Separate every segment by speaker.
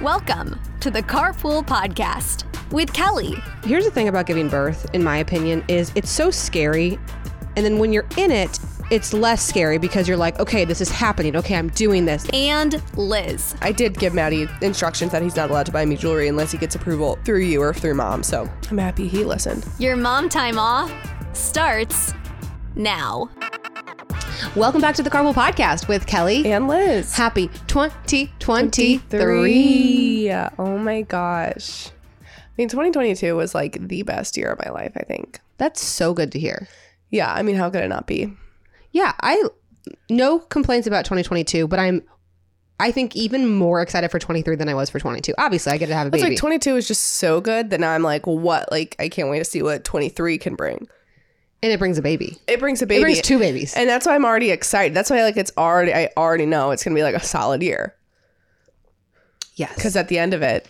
Speaker 1: Welcome to the Carpool Podcast with Kelly.
Speaker 2: Here's the thing about giving birth, in my opinion, is it's so scary. And then when you're in it, it's less scary because you're like, okay, this is happening. Okay, I'm doing this.
Speaker 1: and Liz.
Speaker 3: I did give Maddie instructions that he's not allowed to buy me jewelry unless he gets approval through you or through mom. Um, So I'm happy he listened.
Speaker 1: Your mom time off starts now.
Speaker 2: Welcome back to the Carpool Podcast with Kelly.
Speaker 3: And Liz.
Speaker 2: Happy 2023.
Speaker 3: Three. Oh my gosh. I mean, 2022 was like the best year of my life, I think.
Speaker 2: That's so good to hear.
Speaker 3: Yeah. I mean, how could it not be?
Speaker 2: Yeah, I no complaints about 2022, but I'm I think even more excited for 23 than I was for 22. Obviously, I get to have a
Speaker 3: It's
Speaker 2: baby.
Speaker 3: like 22 is just so good that now I'm like, what? Like, I can't wait to see what 23 can bring.
Speaker 2: and it brings a baby.
Speaker 3: It brings a
Speaker 2: It
Speaker 3: baby.
Speaker 2: brings two babies.
Speaker 3: and that's why I'm already excited. That's why, like, it's already, I already know it's going to be like a solid year.
Speaker 2: yes.
Speaker 3: Because at the end of it,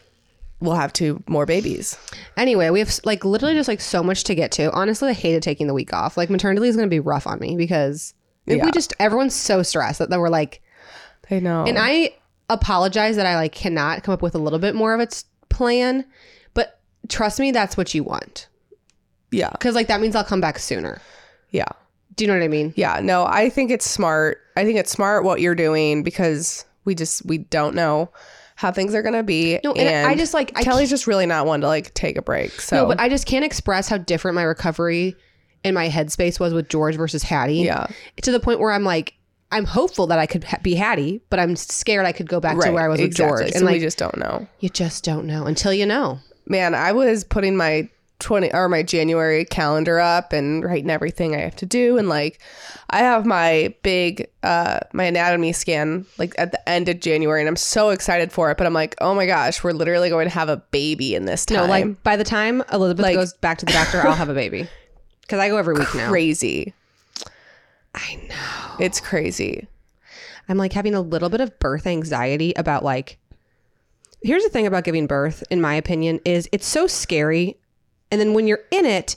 Speaker 3: we'll have two more babies.
Speaker 2: uh, Anyway, we have like literally just like so much to get to. Honestly, I hated taking the week off. Like maternity leave is going to be rough on me because if
Speaker 3: Yeah.
Speaker 2: we just everyone's so stressed that, that we're like,
Speaker 3: I know.
Speaker 2: and I apologize that I like cannot come up with a little bit more of a t- plan, but trust me, that's what you want
Speaker 3: yeah.
Speaker 2: because like that means I'll come back sooner.
Speaker 3: Yeah.
Speaker 2: Do you know what I mean?
Speaker 3: Yeah, no, I think it's smart. I think it's smart what you're doing because we just we don't know how things are gonna be.
Speaker 2: No, and I just, like, I
Speaker 3: Kelly's just really not one to like take a break. So
Speaker 2: No, but I just can't express how different my recovery and my headspace was with George versus Hattie.
Speaker 3: yeah,
Speaker 2: to the point where I'm like, I'm hopeful that I could ha- be Hattie, but I'm scared I could go back to where I was with
Speaker 3: exactly.
Speaker 2: George.
Speaker 3: So
Speaker 2: And like,
Speaker 3: we just don't know.
Speaker 2: you just don't know until you know.
Speaker 3: Man, I was putting my twenty or my January calendar up and writing everything I have to do, and like I have my big uh my anatomy scan like at the end of January, and I'm so excited for it. But I'm like, oh my gosh, we're literally going to have a baby in this time.
Speaker 2: No, like by the time Elizabeth
Speaker 3: Like-
Speaker 2: goes back to the doctor, I'll have a baby. Because I go every week now.
Speaker 3: crazy. I know. It's crazy.
Speaker 2: I'm like having a little bit of birth anxiety about like. Here's the thing about giving birth, in my opinion, is it's so scary, and then when you're in it,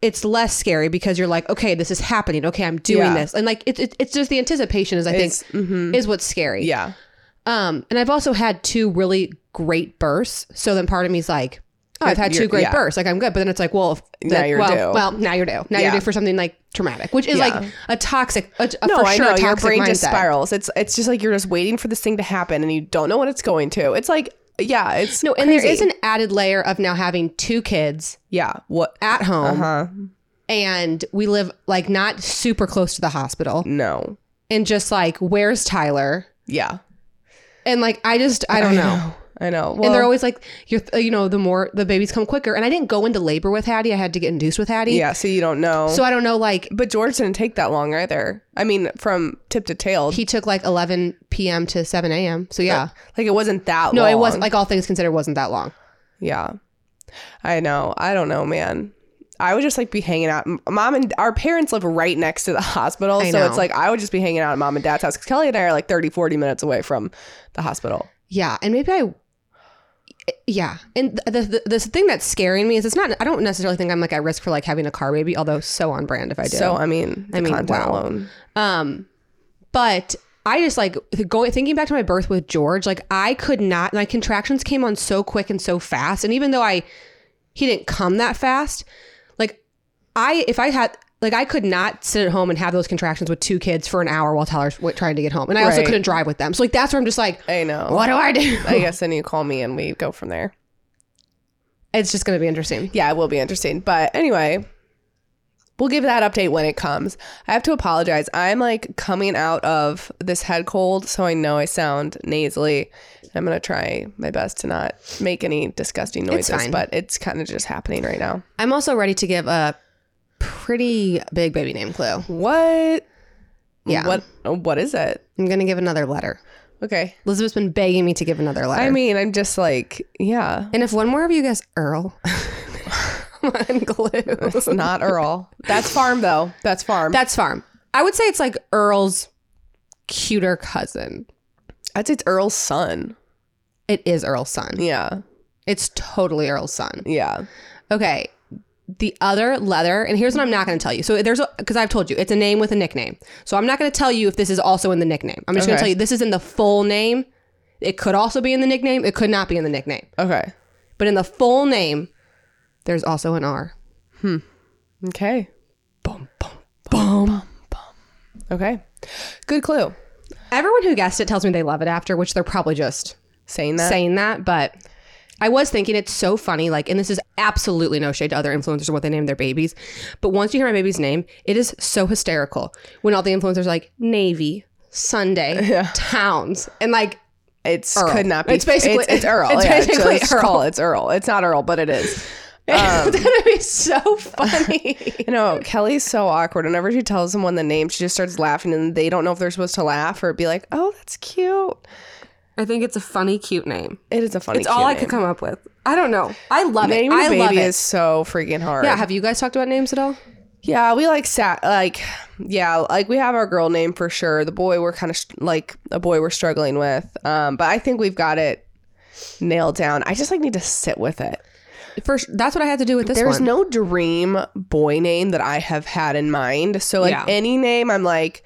Speaker 2: it's less scary because you're like, okay, this is happening. Okay, I'm doing
Speaker 3: Yeah.
Speaker 2: this, and like it, it, it's just the anticipation is I
Speaker 3: It's- mm-hmm.
Speaker 2: think is what's scary.
Speaker 3: Yeah.
Speaker 2: Um, and I've also had two really great births. So then part of me's like, oh, I've had
Speaker 3: You're-
Speaker 2: two great
Speaker 3: yeah.
Speaker 2: births. Like I'm good. But then it's like, well, if-
Speaker 3: Now
Speaker 2: like,
Speaker 3: you're
Speaker 2: well,
Speaker 3: due.
Speaker 2: well, now you're due. Now
Speaker 3: Yeah.
Speaker 2: you're due for something like traumatic, which is
Speaker 3: Yeah.
Speaker 2: like a toxic, a, a
Speaker 3: No,
Speaker 2: for
Speaker 3: I
Speaker 2: sure
Speaker 3: know
Speaker 2: a toxic
Speaker 3: your brain
Speaker 2: mindset.
Speaker 3: just spirals. It's it's just like you're just waiting for this thing to happen and you don't know what it's going to. It's like yeah, it's
Speaker 2: No, and there
Speaker 3: crazy.
Speaker 2: is an added layer of now having two kids
Speaker 3: yeah. What?
Speaker 2: at home
Speaker 3: Huh?
Speaker 2: and we live like not super close to the hospital
Speaker 3: No.
Speaker 2: and just like, where's Tyler?
Speaker 3: Yeah.
Speaker 2: And like, I just, I don't know.
Speaker 3: I know. Well,
Speaker 2: and they're always like, you're, you know, the more the babies come quicker. And I didn't go into labor with Hattie. I had to get induced with Hattie.
Speaker 3: yeah. So you don't know.
Speaker 2: So I don't know, like
Speaker 3: but George didn't take that long either. I mean, from tip to tail,
Speaker 2: he took like 11 p.m. to 7 a.m. So yeah,
Speaker 3: like it wasn't that.
Speaker 2: no, it was
Speaker 3: long.
Speaker 2: like all things considered, wasn't that long.
Speaker 3: Yeah. I know. I don't know, man. I would just like be hanging out. M- Mom and our parents live right next to the hospital.
Speaker 2: I
Speaker 3: So
Speaker 2: know.
Speaker 3: it's like I would just be hanging out at mom and dad's house because Kelly and I are like 30, 40 minutes away from the hospital.
Speaker 2: Yeah, and maybe I, yeah, and the the, the thing that's scaring me is it's not. I don't necessarily think I'm like at risk for like having a car baby, although so on brand if I do.
Speaker 3: So, I mean, the
Speaker 2: I mean,
Speaker 3: content
Speaker 2: wow.
Speaker 3: alone.
Speaker 2: Um, but I just like going thinking back to my birth with George. Like I could not. My contractions came on so quick and so fast. And even though I, he didn't come that fast. Like I, if I had. Like I could not sit at home and have those contractions with two kids for an hour while Tyler's w- trying to get home, and I also
Speaker 3: Right.
Speaker 2: couldn't drive with them. So like that's where I'm just like,
Speaker 3: I know.
Speaker 2: what do I do?
Speaker 3: I guess then you call me and we go from there.
Speaker 2: It's just gonna be interesting.
Speaker 3: Yeah, it will be interesting. But anyway, we'll give that update when it comes. I have to apologize. I'm like coming out of this head cold, so I know I sound nasally. I'm gonna try my best to not make any disgusting noises,
Speaker 2: fine.
Speaker 3: but it's kind of just happening right now.
Speaker 2: I'm also ready to give a pretty big baby name clue.
Speaker 3: What?
Speaker 2: Yeah.
Speaker 3: What? What is it?
Speaker 2: I'm gonna give another letter.
Speaker 3: Okay.
Speaker 2: Elizabeth's been begging me to give another letter.
Speaker 3: I mean, I'm just like, yeah.
Speaker 2: And if one more of you guess Earl, I'm
Speaker 3: It's
Speaker 2: glued.
Speaker 3: not Earl. That's farm though. That's farm.
Speaker 2: That's farm. I would say it's like Earl's cuter cousin.
Speaker 3: That's it's Earl's son.
Speaker 2: It is Earl's son.
Speaker 3: Yeah.
Speaker 2: It's totally Earl's son.
Speaker 3: Yeah.
Speaker 2: Okay. The other letter, and here's what I'm not going to tell you. So there's because I've told you it's a name with a nickname. So I'm not going to tell you if this is also in the nickname. I'm just going
Speaker 3: Okay.
Speaker 2: to tell you this is in the full name, It could also be in the nickname. It could not be in the nickname.
Speaker 3: Okay.
Speaker 2: But in the full name, there's also an R.
Speaker 3: Okay.
Speaker 2: Boom, boom, boom.
Speaker 3: Okay. Good clue.
Speaker 2: Everyone who guessed it tells me they love it after, which they're probably just
Speaker 3: Saying that.
Speaker 2: saying that, but I was thinking it's so funny. Like, and this is absolutely no shade to other influencers or what they name their babies. But once you hear my baby's name, it is so hysterical when all the influencers are like Navy, Sunday, Towns, and like
Speaker 3: It's
Speaker 2: Earl.
Speaker 3: could not be.
Speaker 2: It's basically-
Speaker 3: it's, it's Earl.
Speaker 2: it's
Speaker 3: yeah,
Speaker 2: basically
Speaker 3: just
Speaker 2: Earl.
Speaker 3: Call, it's Earl. It's not Earl, but it is. Um,
Speaker 2: that'd be so funny.
Speaker 3: You know, Kelly's so awkward. Whenever she tells someone the name, she just starts laughing, and they don't know if they're supposed to laugh or be like, "Oh, that's cute."
Speaker 2: I think it's a funny, cute name.
Speaker 3: It is a funny.
Speaker 2: It's all
Speaker 3: cute
Speaker 2: I
Speaker 3: name.
Speaker 2: could come up with. I don't know. I love
Speaker 3: Naming
Speaker 2: it.
Speaker 3: a
Speaker 2: I love
Speaker 3: baby
Speaker 2: it.
Speaker 3: is so freaking hard.
Speaker 2: yeah. Have you guys talked about names at all?
Speaker 3: Yeah, we like sat like yeah, like we have our girl name for sure. The boy we're kind of like a boy we're struggling with. Um, but I think we've got it nailed down. I just like need to sit with it.
Speaker 2: First, that's what I had to do with this
Speaker 3: There's
Speaker 2: one.
Speaker 3: no dream boy name that I have had in mind. So like
Speaker 2: Yeah.
Speaker 3: any name, I'm like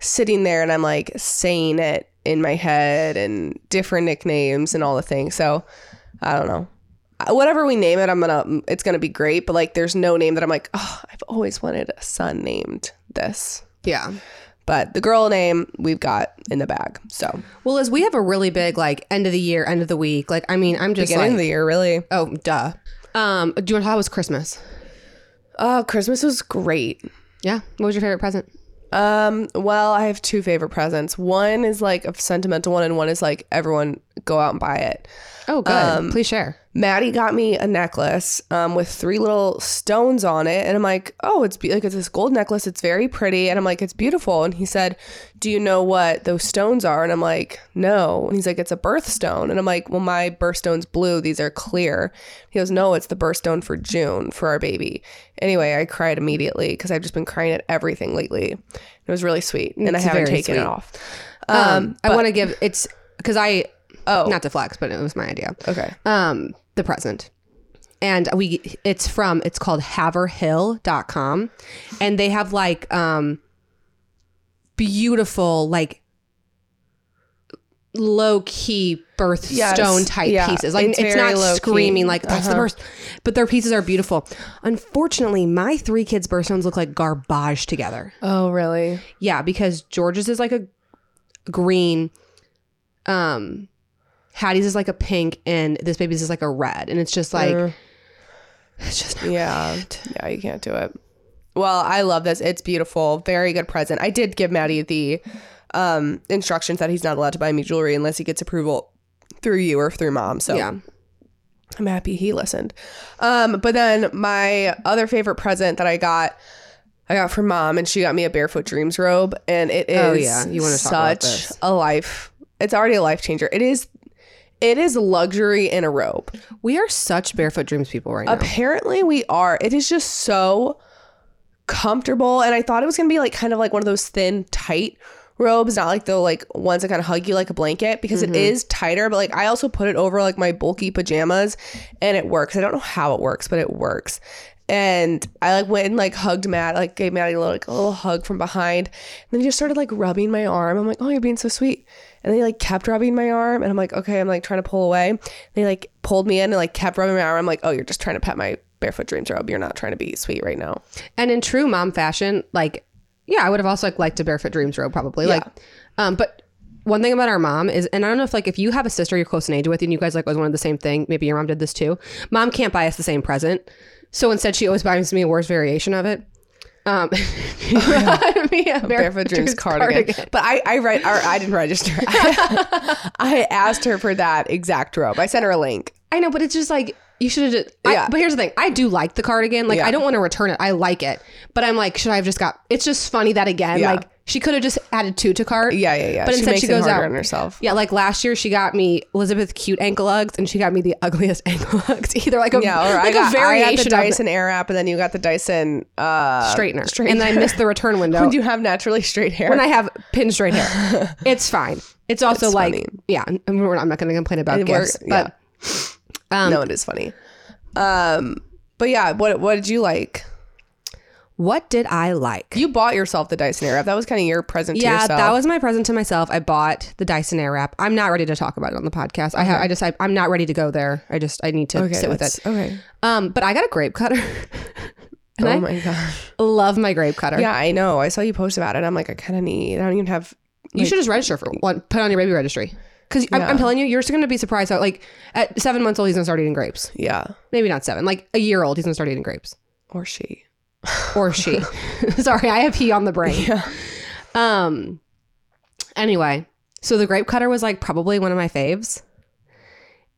Speaker 3: sitting there and I'm like saying it in my head and different nicknames and all the things. So I don't know. Uh, Whatever we name it, I'm gonna. It's gonna be great. But like, there's no name that I'm like, oh, I've always wanted a son named this.
Speaker 2: yeah.
Speaker 3: But the girl name we've got in the bag. So
Speaker 2: Well, as we have a really big like end of the year, end of the week. Like, I mean, I'm just
Speaker 3: beginning
Speaker 2: like,
Speaker 3: of the year, really.
Speaker 2: oh, duh. Um, do you want to talk about Christmas?
Speaker 3: Oh, Christmas was great.
Speaker 2: Yeah. What was your favorite present?
Speaker 3: Um, well, I have two favorite presents. One is like a sentimental one, and one is like everyone go out and buy it.
Speaker 2: Oh, good.
Speaker 3: Um,
Speaker 2: Please share.
Speaker 3: Maddie got me a necklace um, with three little stones on it, and I'm like, oh, it's be- like it's this gold necklace. It's very pretty, and I'm like, it's beautiful. And he said, do you know what those stones are? And I'm like, no. And he's like, it's a birthstone, and I'm like, well, my birthstone's blue. These are clear. He goes, no, it's the birthstone for June for our baby. Anyway, I cried immediately because I've just been crying at everything lately. It was really sweet, and I
Speaker 2: It's
Speaker 3: haven't
Speaker 2: very
Speaker 3: taken
Speaker 2: sweet.
Speaker 3: it off.
Speaker 2: Um,
Speaker 3: Um,
Speaker 2: I want to give it's because I
Speaker 3: Oh.
Speaker 2: not to flex, but it was my idea.
Speaker 3: okay.
Speaker 2: Um, the present. And we it's from it's called haverhill.com and they have like um beautiful like low key birthstone type
Speaker 3: yeah.
Speaker 2: pieces. Like
Speaker 3: It's
Speaker 2: it's,
Speaker 3: very
Speaker 2: not
Speaker 3: low-key. Uh-huh.
Speaker 2: screaming like that's the birth, but their pieces are beautiful. Unfortunately, my three kids' birthstones look like garbage together.
Speaker 3: Oh, really?
Speaker 2: Yeah, because George's is like a green, um, Hattie's is like a pink, and this baby's is like a red, and it's just like
Speaker 3: Mm.
Speaker 2: Uh, it's just not
Speaker 3: Yeah. Yeah, you can't do it. Well, I love this. It's beautiful. Very good present. I did give Maddie the um, instructions that he's not allowed to buy me jewelry unless he gets approval through you or through mom. So
Speaker 2: yeah.
Speaker 3: I'm happy he listened. Um, but then my other favorite present that I got, I got from mom, and she got me a Barefoot Dreams robe, and it is
Speaker 2: Oh, yeah. You wanna talk about
Speaker 3: such
Speaker 2: this.
Speaker 3: a life. It's already a life changer. It is. It is luxury in a robe.
Speaker 2: We are such barefoot dreams people right now.
Speaker 3: Apparently, we are. It is just so comfortable, and I thought it was gonna be like kind of like one of those thin, tight robes, not like the like ones that kind of hug you like a blanket because it is tighter. But like I also put it over like my bulky pajamas, and it works. I don't know how it works, but it works. And I like went and like hugged Matt, like gave Maddie a little, like, a little hug from behind. And then he just started like rubbing my arm. I'm like, oh, you're being so sweet. And then he like kept rubbing my arm, and I'm like, okay, I'm like trying to pull away. And he like pulled me in and like kept rubbing my arm. I'm like, oh, you're just trying to pet my barefoot dreams robe. You're not trying to be sweet right now.
Speaker 2: And in true mom fashion, like yeah, I would have also like liked a barefoot dreams robe probably. Like um but one thing about our mom is and I don't know if like if you have a sister you're close in age with and you guys like always wanted the same thing, maybe your mom did this too. Mom can't buy us the same present. So instead she always buys me a worse variation of it. Um me a
Speaker 3: Oh, Barefoot Dreams cardigan. But I, I write, or I didn't register. I, asked her for that exact robe. I sent her a link.
Speaker 2: I know, but it's just like you should have.
Speaker 3: Yeah.
Speaker 2: Yeah. But here's the thing: I do like the cardigan. Like
Speaker 3: Yeah.
Speaker 2: I don't want to return it. I like it, but I'm like, should I have just got? It's just funny that again,
Speaker 3: Yeah.
Speaker 2: like she could have just added two to cart.
Speaker 3: Yeah, yeah, yeah.
Speaker 2: But
Speaker 3: She
Speaker 2: instead,
Speaker 3: makes
Speaker 2: she
Speaker 3: it
Speaker 2: goes
Speaker 3: harder
Speaker 2: out
Speaker 3: on herself.
Speaker 2: Yeah, like last year, she got me Elizabeth cute ankle hugs, and she got me the ugliest ankle hugs. Either like a
Speaker 3: Yeah, or
Speaker 2: like
Speaker 3: I got,
Speaker 2: a variation
Speaker 3: I got the
Speaker 2: of
Speaker 3: Dyson Air app, and then you got the Dyson uh,
Speaker 2: the straightener.
Speaker 3: Straightener.
Speaker 2: and then I missed the return window.
Speaker 3: When you have naturally straight hair.
Speaker 2: when I have pin straight hair, it's fine. It's also like
Speaker 3: funny.
Speaker 2: yeah, I mean, we're not, I'm not going to complain about
Speaker 3: It works,
Speaker 2: gifts, but
Speaker 3: Um, no, it is funny. Um, but yeah, what what did you like?
Speaker 2: What did I like?
Speaker 3: You bought yourself the Dyson Airwrap. That was kind of your present to
Speaker 2: yeah,
Speaker 3: yourself.
Speaker 2: that was my present to myself. I bought the Dyson Airwrap. I'm not ready to talk about it on the podcast. I ha- I just I, I'm not ready to go there. I just I need to sit with it.
Speaker 3: that's- Okay.
Speaker 2: Um, but I got a grape cutter. and
Speaker 3: oh
Speaker 2: I
Speaker 3: my gosh.
Speaker 2: love my grape cutter.
Speaker 3: Yeah, I know. I saw you post about it. I'm like, I kind of need. I don't even have.
Speaker 2: You should just register for one. Put it on your baby registry. Because I'm,
Speaker 3: Yeah.
Speaker 2: I'm telling you, you're just going to be surprised how, like, at seven months old, he's going to start eating grapes.
Speaker 3: Yeah,
Speaker 2: Maybe not seven, like a year old, he's going to start eating grapes.
Speaker 3: or she.
Speaker 2: Or she. Sorry, I have he on the brain.
Speaker 3: Yeah.
Speaker 2: Um. Anyway, so the grape cutter was like probably one of my faves.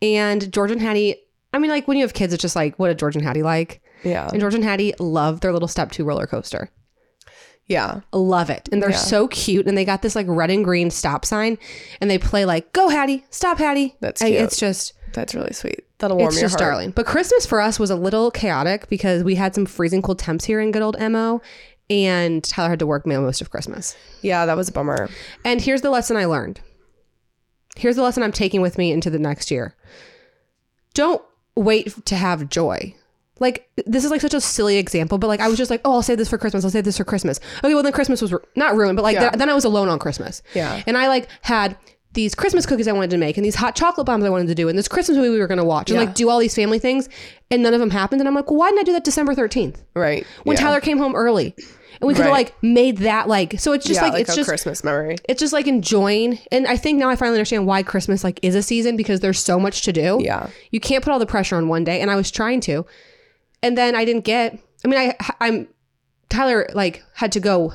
Speaker 2: And George and Hattie, I mean, like when you have kids, it's just like, what did George and Hattie like?
Speaker 3: Yeah.
Speaker 2: And George and Hattie love their little step two roller coaster.
Speaker 3: Yeah.
Speaker 2: Love it. And they're
Speaker 3: Yeah.
Speaker 2: so cute. And they got this like red and green stop sign and they play like, go Hattie, stop Hattie.
Speaker 3: That's
Speaker 2: I-
Speaker 3: cute.
Speaker 2: It's just,
Speaker 3: That's really sweet. That'll warm
Speaker 2: it's
Speaker 3: your
Speaker 2: just
Speaker 3: heart.
Speaker 2: darling. But Christmas for us was a little chaotic because we had some freezing cold temps here in good old MO. And Tyler had to work most of Christmas.
Speaker 3: Yeah, that was a bummer.
Speaker 2: And here's the lesson I learned. Here's the lesson I'm taking with me into the next year. Don't wait to have joy. Like this is like such a silly example, but like I was just like, oh, I'll save this for Christmas. I'll save this for Christmas. Okay, well then Christmas was ru- not ruined, but like
Speaker 3: Yeah.
Speaker 2: th- then I was alone on Christmas.
Speaker 3: Yeah.
Speaker 2: and I like had these Christmas cookies I wanted to make, and these hot chocolate bombs I wanted to do, and this Christmas movie we were gonna watch, and
Speaker 3: Yeah.
Speaker 2: like do all these family things, and none of them happened. And I'm like, why didn't I do that December thirteenth?
Speaker 3: Right.
Speaker 2: when
Speaker 3: yeah.
Speaker 2: Tyler came home early, and we could have
Speaker 3: Right.
Speaker 2: like made that like. So it's just
Speaker 3: yeah,
Speaker 2: like,
Speaker 3: like,
Speaker 2: it's
Speaker 3: a
Speaker 2: just
Speaker 3: Christmas memory.
Speaker 2: it's just like enjoying. And I think now I finally understand why Christmas like is a season because there's so much to do.
Speaker 3: Yeah.
Speaker 2: you can't put all the pressure on one day, and I was trying to, and then I didn't get. I mean, I I'm Tyler like had to go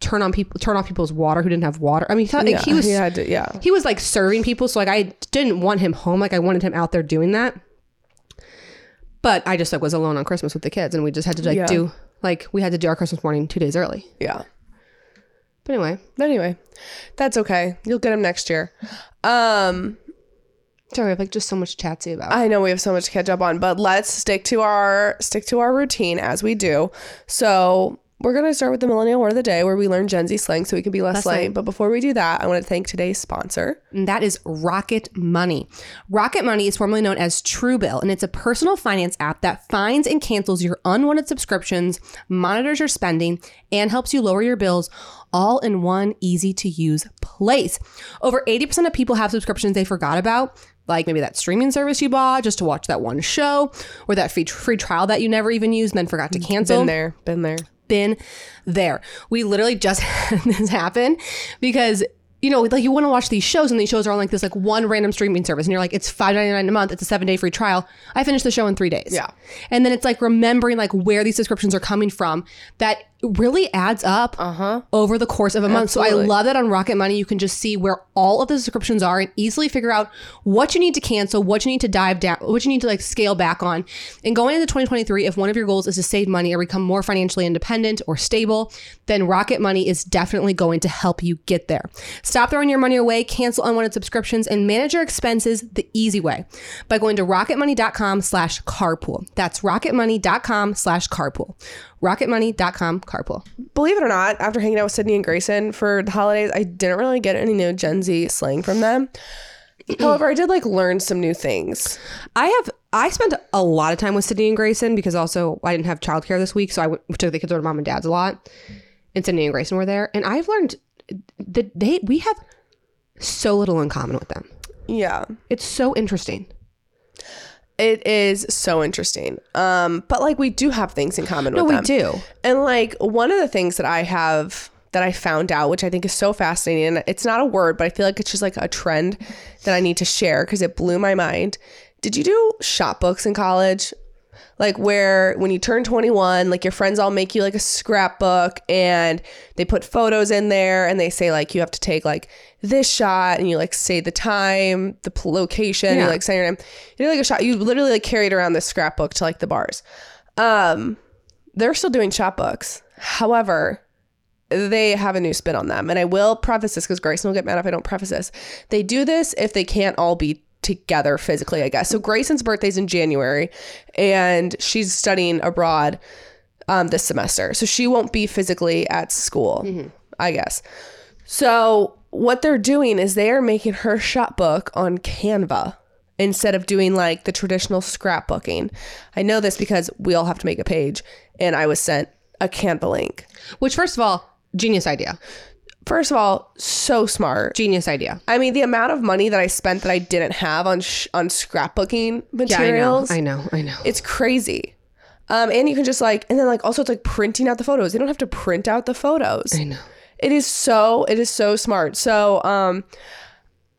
Speaker 2: turn on people turn off people's water who didn't have water. I mean, he,
Speaker 3: yeah.
Speaker 2: he was
Speaker 3: Yeah. I did- yeah.
Speaker 2: he was like serving people so like i didn't want him home like i wanted him out there doing that but i just like was alone on christmas with the kids and we just had to like
Speaker 3: Yeah.
Speaker 2: do like we had to do our christmas morning two days early
Speaker 3: Yeah.
Speaker 2: but anyway
Speaker 3: But anyway, that's okay. You'll get him next year. Um,
Speaker 2: sorry i have like just so much to chat to you about
Speaker 3: I know we have so much to catch up on, but let's stick to our stick to our routine as we do. So we're gonna start with the millennial word of the day, where we learn Gen Z slang, so we can be less,
Speaker 2: Less
Speaker 3: lame.
Speaker 2: lame.
Speaker 3: But before we do that, I want to thank today's sponsor.
Speaker 2: and that is Rocket Money. Rocket Money is formerly known as Truebill, and it's a personal finance app that finds and cancels your unwanted subscriptions, monitors your spending, and helps you lower your bills all in one easy to use place. Over 80% of people have subscriptions they forgot about. Like maybe that streaming service you bought just to watch that one show, or that free, free trial that you never even used and then forgot to cancel
Speaker 3: Been there, been there.
Speaker 2: been there. We literally just had this happen because you know, like you want to watch these shows, and these shows are on like this like one random streaming service, and you're like, it's five ninety nine a month, it's a seven day free trial. I finished the show in three days.
Speaker 3: Yeah.
Speaker 2: and then it's like remembering like where these subscriptions are coming from that really adds up over the course of a month. So I
Speaker 3: Absolutely.
Speaker 2: love that on Rocket Money you can just see where all of the subscriptions are and easily figure out what you need to cancel, what you need to dive down, what you need to like scale back on. And going into 2023, if one of your goals is to save money or become more financially independent or stable, then Rocket Money is definitely going to help you get there. Stop throwing your money away, cancel unwanted subscriptions, and manage your expenses the easy way by going to rocketmoney.com slash carpool. That's rocketmoney.com slash carpool. Rocketmoney.com carpool.
Speaker 3: Believe it or not, after hanging out with Sydney and Grayson for the holidays, I didn't really get any new Gen Z slang from them. However, I did like learn some new things.
Speaker 2: I have I spent a lot of time with Sydney and Grayson because also I didn't have childcare this week, so I went, took the kids over to mom and dad's a lot, and Sydney and Grayson were there, and I've learned that they we have so little in common with them.
Speaker 3: Yeah.
Speaker 2: It's so interesting.
Speaker 3: It is so interesting. Um, but like we do have things in common
Speaker 2: No,
Speaker 3: with
Speaker 2: we
Speaker 3: them.
Speaker 2: do.
Speaker 3: And like one of the things that I have that I found out, which I think is so fascinating, and it's not a word, but I feel like it's just like a trend that I need to share because it blew my mind. Did you do shop books in college? Like where when you turn 21, like your friends all make you like a scrapbook and they put photos in there and they say like you have to take like this shot and you like say the time, the pl- location, you
Speaker 2: Yeah.
Speaker 3: like say your name. You do like a shot. You literally like carry it around this scrapbook to like the bars. Um, they're still doing shop books. However, they have a new spin on them. And I will preface this because Grayson will get mad if I don't preface this. They do this if they can't all be together physically, I guess. So Grayson's birthday's in January and she's studying abroad um, this semester. So she won't be physically at school, I guess. So what they're doing is they are making her shop book on Canva instead of doing like the traditional scrapbooking. I know this because we all have to make a page and I was sent a candle link.
Speaker 2: Which, first of all, genius idea.
Speaker 3: First of all, so smart.
Speaker 2: Genius idea.
Speaker 3: I mean, the amount of money that I spent that I didn't have on sh- on scrapbooking materials,
Speaker 2: Yeah, I know. I know. I know.
Speaker 3: it's crazy. Um, and you can just like, and then like also it's like printing out the photos. They don't have to print out the photos.
Speaker 2: I know.
Speaker 3: It is so it is so smart. So um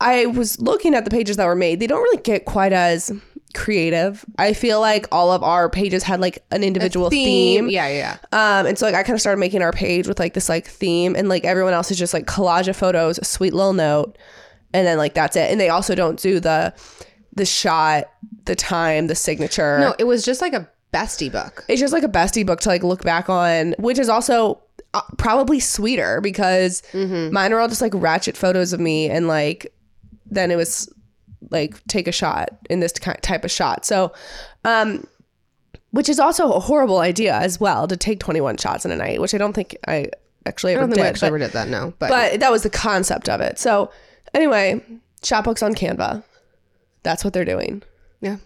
Speaker 3: I was looking at the pages that were made. They don't really get quite as creative. I feel like all of our pages had like an individual theme.
Speaker 2: Yeah, yeah.
Speaker 3: Um and so like I kind of started making our page with like this like theme and like everyone else is just like collage of photos, a sweet little note, and then like that's it. And they also don't do the the shot, the time, the signature.
Speaker 2: No, it was just like a bestie book.
Speaker 3: It's just like a bestie book to like look back on, which is also uh, probably sweeter because
Speaker 2: Mm-hmm.
Speaker 3: mine were all just like ratchet photos of me and like then it was like take a shot in this ki- type of shot. So, um, which is also a horrible idea as well to take 21 shots in a night, which I don't think I actually
Speaker 2: I
Speaker 3: ever
Speaker 2: don't think
Speaker 3: did.
Speaker 2: we actually
Speaker 3: but-
Speaker 2: ever did that. No, but,
Speaker 3: but that was the concept of it. So, anyway, shot books on Canva. That's what they're doing.
Speaker 2: yeah,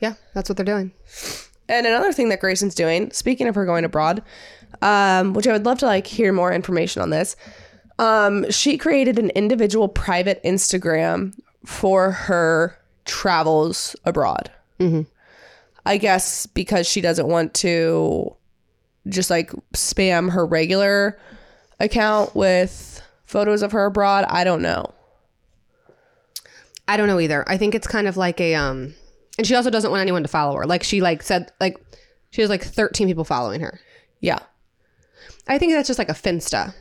Speaker 2: yeah, that's what they're doing.
Speaker 3: And another thing that Grayson's doing, speaking of her going abroad, um, which I would love to like hear more information on this, um, she created an individual private Instagram for her travels abroad.
Speaker 2: Mm-hmm.
Speaker 3: I guess because she doesn't want to just like spam her regular account with photos of her abroad. I don't know.
Speaker 2: I don't know either. I think it's kind of like a um, and she also doesn't want anyone to follow her. Like she like said like she has like thirteen people following her.
Speaker 3: Yeah.
Speaker 2: I think that's just like a finsta,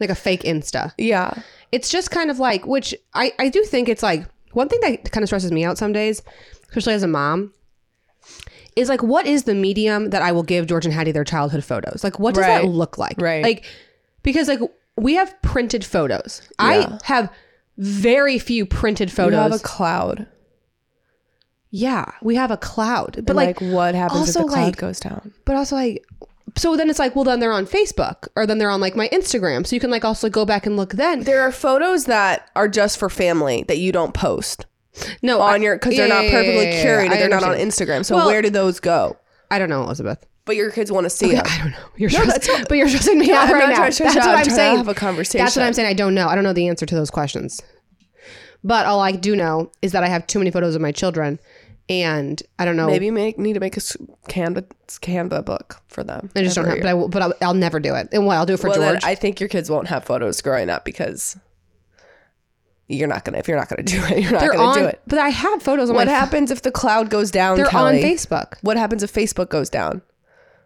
Speaker 2: like a fake insta.
Speaker 3: Yeah.
Speaker 2: it's just kind of like which I I do think it's like one thing that kind of stresses me out some days, especially as a mom, is like what is the medium that I will give George and Hattie their childhood photos? Like what does
Speaker 3: Right.
Speaker 2: that look like?
Speaker 3: Right.
Speaker 2: Like because like we have printed photos. I have very few printed
Speaker 3: You have a
Speaker 2: photos.
Speaker 3: cloud.
Speaker 2: yeah, we have a cloud, but
Speaker 3: But like,
Speaker 2: like,
Speaker 3: what happens if
Speaker 2: also,
Speaker 3: the cloud
Speaker 2: like-
Speaker 3: goes down?
Speaker 2: but also like. So then it's like, well, then they're on Facebook or then they're on like my Instagram. So you can like also go back and look then.
Speaker 3: There are photos that are just for family that you don't post
Speaker 2: No,
Speaker 3: on
Speaker 2: I-
Speaker 3: your because they're
Speaker 2: Yeah,
Speaker 3: not
Speaker 2: yeah, yeah,
Speaker 3: perfectly
Speaker 2: yeah, yeah,
Speaker 3: curated.
Speaker 2: I
Speaker 3: They're not on
Speaker 2: understand.
Speaker 3: Instagram. So
Speaker 2: Well-
Speaker 3: where do those go?
Speaker 2: I don't know, Elizabeth.
Speaker 3: But your kids want to see them.
Speaker 2: I don't know. You're
Speaker 3: No,
Speaker 2: stressed,
Speaker 3: that's what-
Speaker 2: but you're stressing me out
Speaker 3: I'm
Speaker 2: right
Speaker 3: not
Speaker 2: now.
Speaker 3: trying to
Speaker 2: That's what
Speaker 3: stress you out. I'm
Speaker 2: I'm
Speaker 3: trying to
Speaker 2: saying.
Speaker 3: have a
Speaker 2: That's
Speaker 3: conversation.
Speaker 2: what I'm saying. I don't know. I don't know the answer to those questions. But all I do know is that I have too many photos of my children, and I don't know.
Speaker 3: Maybe make need to make a s- Canva Canva book for them.
Speaker 2: I just don't have. But I will, but I'll, I'll never do it. And what I'll do it for
Speaker 3: Well, then
Speaker 2: George.
Speaker 3: I think your kids won't have photos growing up because you're not gonna if you're not gonna do it, you're not
Speaker 2: they're
Speaker 3: gonna
Speaker 2: on.
Speaker 3: do it.
Speaker 2: But I have photos on
Speaker 3: What
Speaker 2: my. pho-
Speaker 3: happens if the cloud goes down?
Speaker 2: They're
Speaker 3: Kelly?
Speaker 2: on Facebook.
Speaker 3: What happens if Facebook goes down?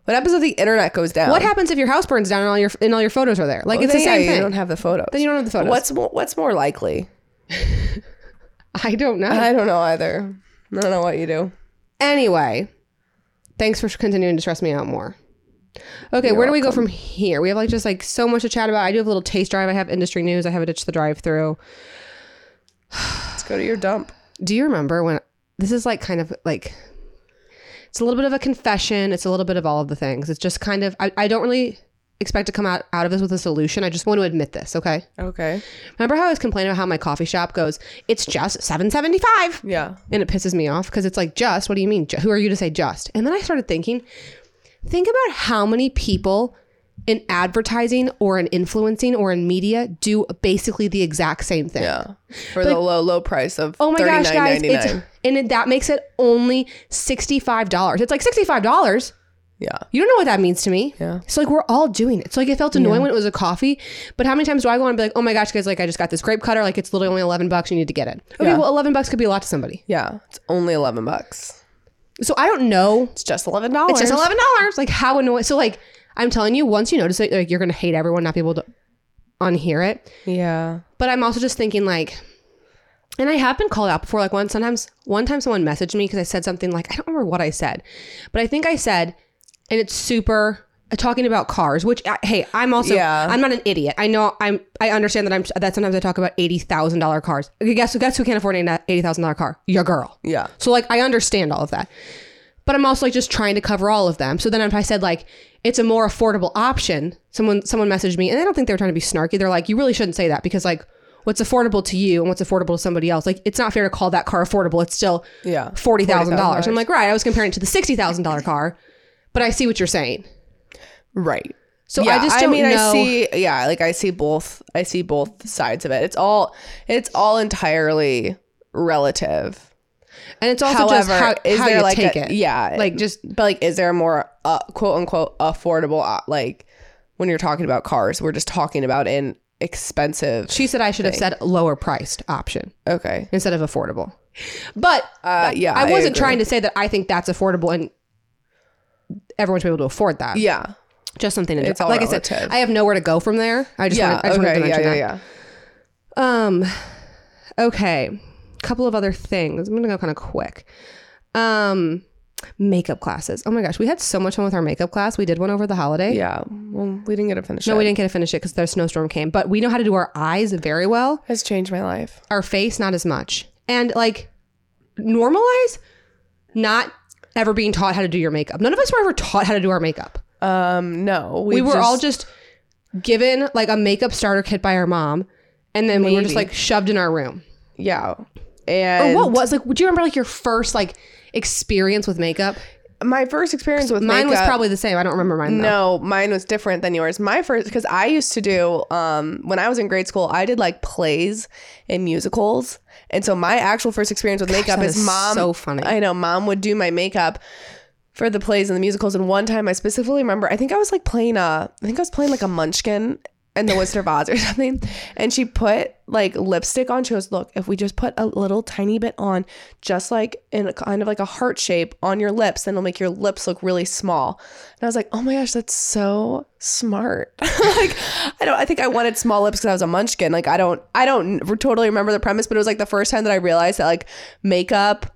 Speaker 3: What happens if the internet goes down?
Speaker 2: What happens if your house burns down and all your and all your photos are there? Like it's the
Speaker 3: Well, then,
Speaker 2: same
Speaker 3: yeah, You
Speaker 2: thing.
Speaker 3: don't have the photos.
Speaker 2: Then you don't have the photos.
Speaker 3: What's more, what's more likely?
Speaker 2: I don't know.
Speaker 3: I don't know either. I don't know what you do.
Speaker 2: Anyway, thanks for continuing to stress me out more. Okay, where do we go from here? We have like just like so much to chat about. I do have a little taste drive. I have industry news. I have a ditch the drive through.
Speaker 3: Let's go to your dump.
Speaker 2: Do you remember when this is like kind of like it's a little bit of a confession. It's a little bit of all of the things. It's just kind of I, I don't really expect to come out, out of this with a solution. I just want to admit this, okay?
Speaker 3: Okay.
Speaker 2: Remember how I was complaining about how my coffee shop goes, it's just 775.
Speaker 3: Yeah.
Speaker 2: and it pisses me off because it's like just what do you mean Ju- who are you to say just and then i started thinking think about how many people in advertising or in influencing or in media do basically the exact same thing
Speaker 3: Yeah. For the low, low price of
Speaker 2: oh my gosh guys it's,
Speaker 3: $39.99.
Speaker 2: and it, that makes it only $65 it's like $65
Speaker 3: Yeah.
Speaker 2: you don't know what that means to me.
Speaker 3: Yeah.
Speaker 2: So like we're all doing it. So like it felt annoying when it was a coffee, but how many times do I go on and be like, oh my gosh, guys, like I just got this grape cutter, like it's literally only eleven bucks. You need to get it. Okay, well, eleven bucks could be a lot to somebody.
Speaker 3: Yeah. It's only 11 bucks.
Speaker 2: So I don't know
Speaker 3: It's just $11.
Speaker 2: It's just eleven dollars. Like how annoying. So like I'm telling you, once you notice it, like you're gonna hate everyone, not be able to unhear it.
Speaker 3: Yeah.
Speaker 2: But I'm also just thinking like, and I have been called out before. Like once, sometimes one time someone messaged me because I said something like I don't remember what I said, but I think I said, and it's super uh, talking about cars. Which I, hey, I'm also
Speaker 3: Yeah.
Speaker 2: I'm not an idiot. I know I'm I understand that I'm that sometimes I talk about eighty thousand dollar cars. Okay, guess guess who can't afford an eighty thousand dollar car? Your girl.
Speaker 3: Yeah.
Speaker 2: So like I understand all of that. But I'm also like just trying to cover all of them. So then if I said like it's a more affordable option, someone someone messaged me and I don't think they were trying to be snarky. They're like, you really shouldn't say that because like what's affordable to you and what's affordable to somebody else, like it's not fair to call that car affordable. It's still
Speaker 3: Yeah.
Speaker 2: forty thousand dollars. I'm like, right, I was comparing it to the sixty thousand dollar car, but I see what you're saying.
Speaker 3: Right.
Speaker 2: So
Speaker 3: yeah,
Speaker 2: I just don't
Speaker 3: mean,
Speaker 2: know.
Speaker 3: I see, yeah, like I see both. I see both sides of it. It's all, it's all entirely relative.
Speaker 2: and it's also just how, how you
Speaker 3: like
Speaker 2: take
Speaker 3: a-
Speaker 2: it.
Speaker 3: Yeah,
Speaker 2: Like just
Speaker 3: but like, is there a more uh, quote unquote affordable uh, like when you're talking about cars? We're just talking about an expensive.
Speaker 2: she said I should have said lower priced option
Speaker 3: okay.
Speaker 2: instead of affordable. But
Speaker 3: Uh, yeah,
Speaker 2: I wasn't
Speaker 3: agree.
Speaker 2: trying to say that I think that's affordable and everyone should be able to afford that.
Speaker 3: Yeah.
Speaker 2: Just something to
Speaker 3: It's all
Speaker 2: like I said,
Speaker 3: relative.
Speaker 2: I have nowhere to go from there. I just
Speaker 3: yeah.
Speaker 2: wanted, I just wanted to
Speaker 3: okay. Yeah.
Speaker 2: mention
Speaker 3: Yeah.
Speaker 2: that.
Speaker 3: Yeah.
Speaker 2: Um, okay, couple of other things. I'm gonna go kind of quick. Um, makeup classes. Oh my gosh, we had so much fun with our makeup class. We did one over the holiday.
Speaker 3: Yeah. Well, we didn't get to finish.
Speaker 2: No,
Speaker 3: it.
Speaker 2: we didn't get to finish it because the snowstorm came. But we know how to do our eyes very well.
Speaker 3: Has changed my life.
Speaker 2: Our face, not as much. And like, normalize not ever being taught how to do your makeup. None of us were ever taught how to do our makeup.
Speaker 3: Um. No.
Speaker 2: We were all just given like a makeup starter kit by our mom, and then we were just
Speaker 3: Maybe.
Speaker 2: like shoved in our room.
Speaker 3: Yeah. And
Speaker 2: Or Oh, what was like? Do you remember like your first like experience with makeup?
Speaker 3: my first experience with
Speaker 2: Mine was
Speaker 3: makeup-
Speaker 2: probably the same. I don't remember mine. Though.
Speaker 3: No, mine was different than yours. My first, because I used to do, um, when I was in grade school, I did like plays and musicals. And so my actual first experience with makeup
Speaker 2: that
Speaker 3: is,
Speaker 2: is
Speaker 3: mom.
Speaker 2: so funny.
Speaker 3: I know, mom would do my makeup for the plays and the musicals. And one time I specifically remember, I think I was like playing a, I think I was playing like a munchkin and the Wizard of Oz or something. And she put like lipstick on. She goes, Look, if we just put a little tiny bit on, just like in a kind of like a heart shape on your lips, then it'll make your lips look really small. And I was like, Oh my gosh, that's so smart. like, I don't, I think I wanted small lips because I was a munchkin. Like, I don't, I don't totally remember the premise, but it was like the first time that I realized that like makeup,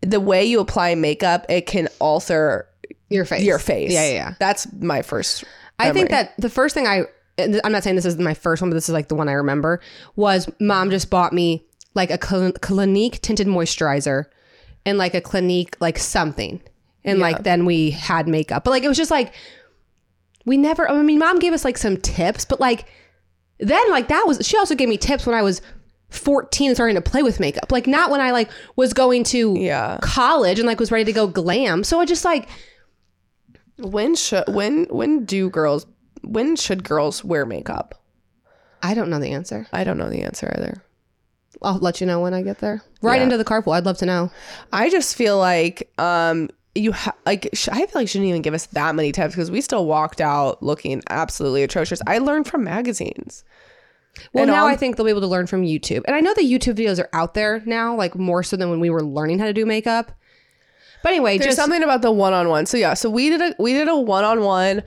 Speaker 3: the way you apply makeup, it can alter
Speaker 2: Your face.
Speaker 3: your face.
Speaker 2: Yeah, yeah. yeah.
Speaker 3: That's my first.
Speaker 2: I think
Speaker 3: memory.
Speaker 2: that the first thing I, and I'm not saying this is my first one, but this is like the one I remember was mom just bought me like a Cl- Clinique tinted moisturizer, and like a Clinique like something, and like then we had makeup. But like it was just like we never. I mean, mom gave us like some tips, but like then like that was she also gave me tips when I was 14 and starting to play with makeup. Like not when I like was going to
Speaker 3: Yeah.
Speaker 2: college and like was ready to go glam. So I just like
Speaker 3: When should when when do girls when should girls wear makeup?
Speaker 2: I don't know the answer.
Speaker 3: I don't know the answer either.
Speaker 2: I'll let you know when I get there. Right into the carpool. I'd love to know.
Speaker 3: I just feel like um you ha- like sh- I feel like she didn't even give us that many tips because we still walked out looking absolutely atrocious. I learned from magazines.
Speaker 2: Well,
Speaker 3: And
Speaker 2: now
Speaker 3: all-
Speaker 2: I think they'll be able to learn from YouTube. And I know the YouTube videos are out there now, like more so than when we were learning how to do makeup. But anyway, just
Speaker 3: There's something about the one-on-one. So yeah, so we did a we did a one-on-one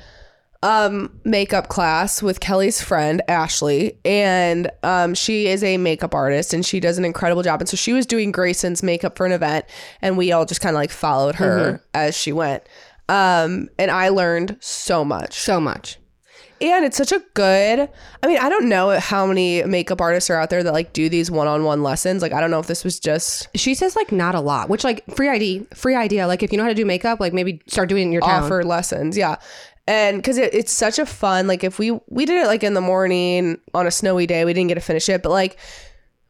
Speaker 3: um makeup class with Kelly's friend Ashley and um she is a makeup artist and she does an incredible job and so she was doing Grayson's makeup for an event and we all just kind of like followed her as she went. Um and I learned so much.
Speaker 2: so much.
Speaker 3: And it's such a good. I mean, I don't know how many makeup artists are out there that like do these one-on-one lessons. Like I don't know if this was just
Speaker 2: She says like not a lot, which like free ID, free idea. Like if you know how to do makeup, like maybe start doing it in your town.
Speaker 3: offer lessons yeah and because it, it's such a fun like if we we did it like in the morning on a snowy day we didn't get to finish it but like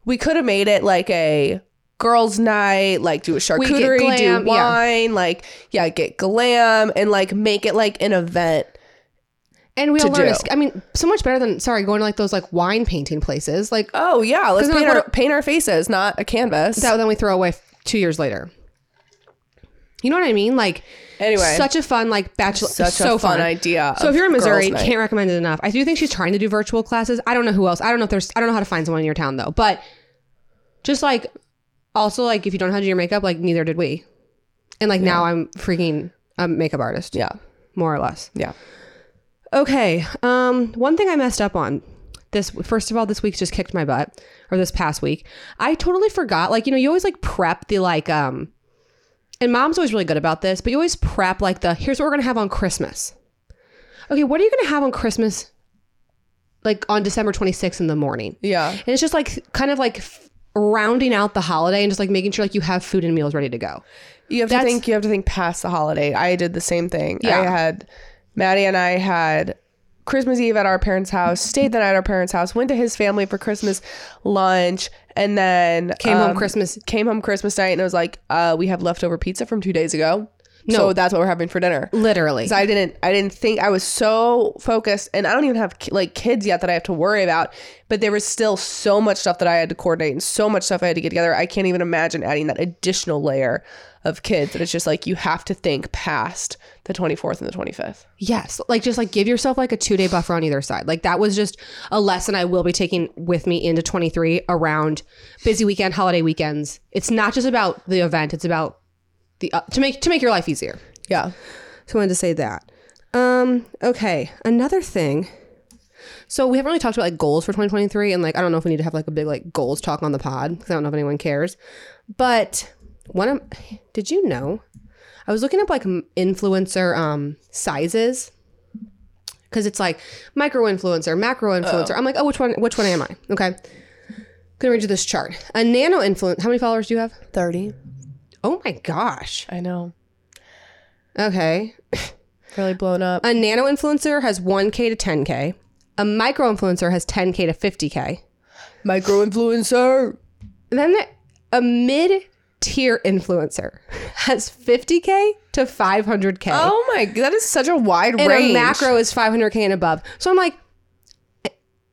Speaker 3: we could have made it like a girls night like do a
Speaker 2: get
Speaker 3: charcuterie
Speaker 2: glam,
Speaker 3: do
Speaker 2: yeah.
Speaker 3: wine like yeah get glam and like make it like an event
Speaker 2: and we'll
Speaker 3: to
Speaker 2: learn. a
Speaker 3: do.
Speaker 2: sk- I mean, so much better than sorry going to like those like wine painting places. Like
Speaker 3: oh yeah
Speaker 2: 'Cause
Speaker 3: let's
Speaker 2: then,
Speaker 3: paint
Speaker 2: like,
Speaker 3: our,
Speaker 2: what-
Speaker 3: paint our faces not a canvas
Speaker 2: that then we throw away f- two years later. You know what I mean? Like
Speaker 3: Anyway.
Speaker 2: such a fun like bachelor,
Speaker 3: Such a
Speaker 2: so
Speaker 3: fun idea
Speaker 2: So if
Speaker 3: of
Speaker 2: you're in Missouri,
Speaker 3: girls' night.
Speaker 2: can't recommend it enough. I do think she's trying to do virtual classes. I don't know who else. I don't know if there's. I don't know how to find someone in your town though. But just like also like if you don't know how to do your makeup, like neither did we. And like now I'm freaking a makeup artist.
Speaker 3: yeah
Speaker 2: more or less.
Speaker 3: yeah
Speaker 2: Okay. Um, one thing I messed up on this. First of all, this week just kicked my butt, or this past week. I totally forgot. Like you know, you always like prep the like um, and mom's always really good about this, but you always prep like the here's what we're gonna have on Christmas. Okay, what are you gonna have on Christmas? Like on December 26th in the morning.
Speaker 3: yeah
Speaker 2: And it's just like kind of like f- rounding out the holiday and just like making sure like you have food and meals ready to go.
Speaker 3: You have to
Speaker 2: That's-
Speaker 3: think. You have to think past the holiday. I did the same thing. I
Speaker 2: Yeah.
Speaker 3: had Maddie and I had Christmas Eve at our parents' house. Stayed the night at our parents' house. Went to his family for Christmas lunch, and then
Speaker 2: Came home
Speaker 3: um,
Speaker 2: Christmas
Speaker 3: Came home Christmas night, and it was like, uh, we have leftover pizza from two days ago. So that's what we're having for dinner.
Speaker 2: Literally.
Speaker 3: 'Cause I didn't I didn't think I was so focused and I don't even have ki- like kids yet that I have to worry about, but there was still so much stuff that I had to coordinate and so much stuff I had to get together. I can't even imagine adding that additional layer of kids that it's just like you have to think past the 24th and the 25th.
Speaker 2: Yes, like just like give yourself like a two day buffer on either side. Like that was just a lesson I will be taking with me into 23 around busy weekend, holiday weekends. It's not just about the event; it's about the uh, to make to make your life easier.
Speaker 3: Yeah.
Speaker 2: So I wanted to say that. Um, okay, another thing. So we haven't really talked about like goals for 2023, and like I don't know if we need to have like a big like goals talk on the pod because I don't know if anyone cares. But one of did you know? I was looking up like m- influencer um sizes because it's like micro influencer, macro influencer. I'm like, oh, which one? Which one am I? Okay, gonna read you this chart. A nano influencer. How many followers do you have?
Speaker 3: 30.
Speaker 2: Oh my gosh.
Speaker 3: I know.
Speaker 2: Okay,
Speaker 3: Really blown up.
Speaker 2: A nano influencer has 1K to 10K. A micro influencer has 10K to 50K.
Speaker 3: Micro influencer.
Speaker 2: Then the- a mid tier influencer has 50K to 500K.
Speaker 3: Oh my god, that is such a wide
Speaker 2: and
Speaker 3: range.
Speaker 2: a macro is 500K and above. So I'm like,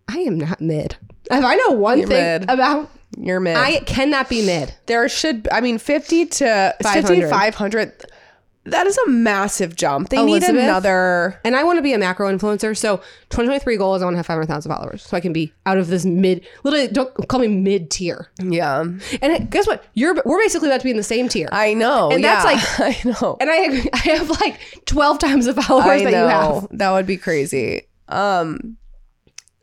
Speaker 2: I am not mid. If I know one thing
Speaker 3: mid.
Speaker 2: about,
Speaker 3: You're mid.
Speaker 2: I cannot be mid.
Speaker 3: there should i mean 50 to 50
Speaker 2: 500.
Speaker 3: 500 that is a massive jump they need
Speaker 2: Elizabeth?
Speaker 3: another
Speaker 2: And I want to be a macro influencer. So 2023 goal is I want to have 500,000 followers so I can be out of this mid, literally, don't call me mid tier.
Speaker 3: yeah
Speaker 2: And guess what? You're We're basically about to be in the same tier.
Speaker 3: i know
Speaker 2: And that's
Speaker 3: like i know
Speaker 2: And I have, I have like 12 times the followers
Speaker 3: i
Speaker 2: that you have.
Speaker 3: know that would be crazy um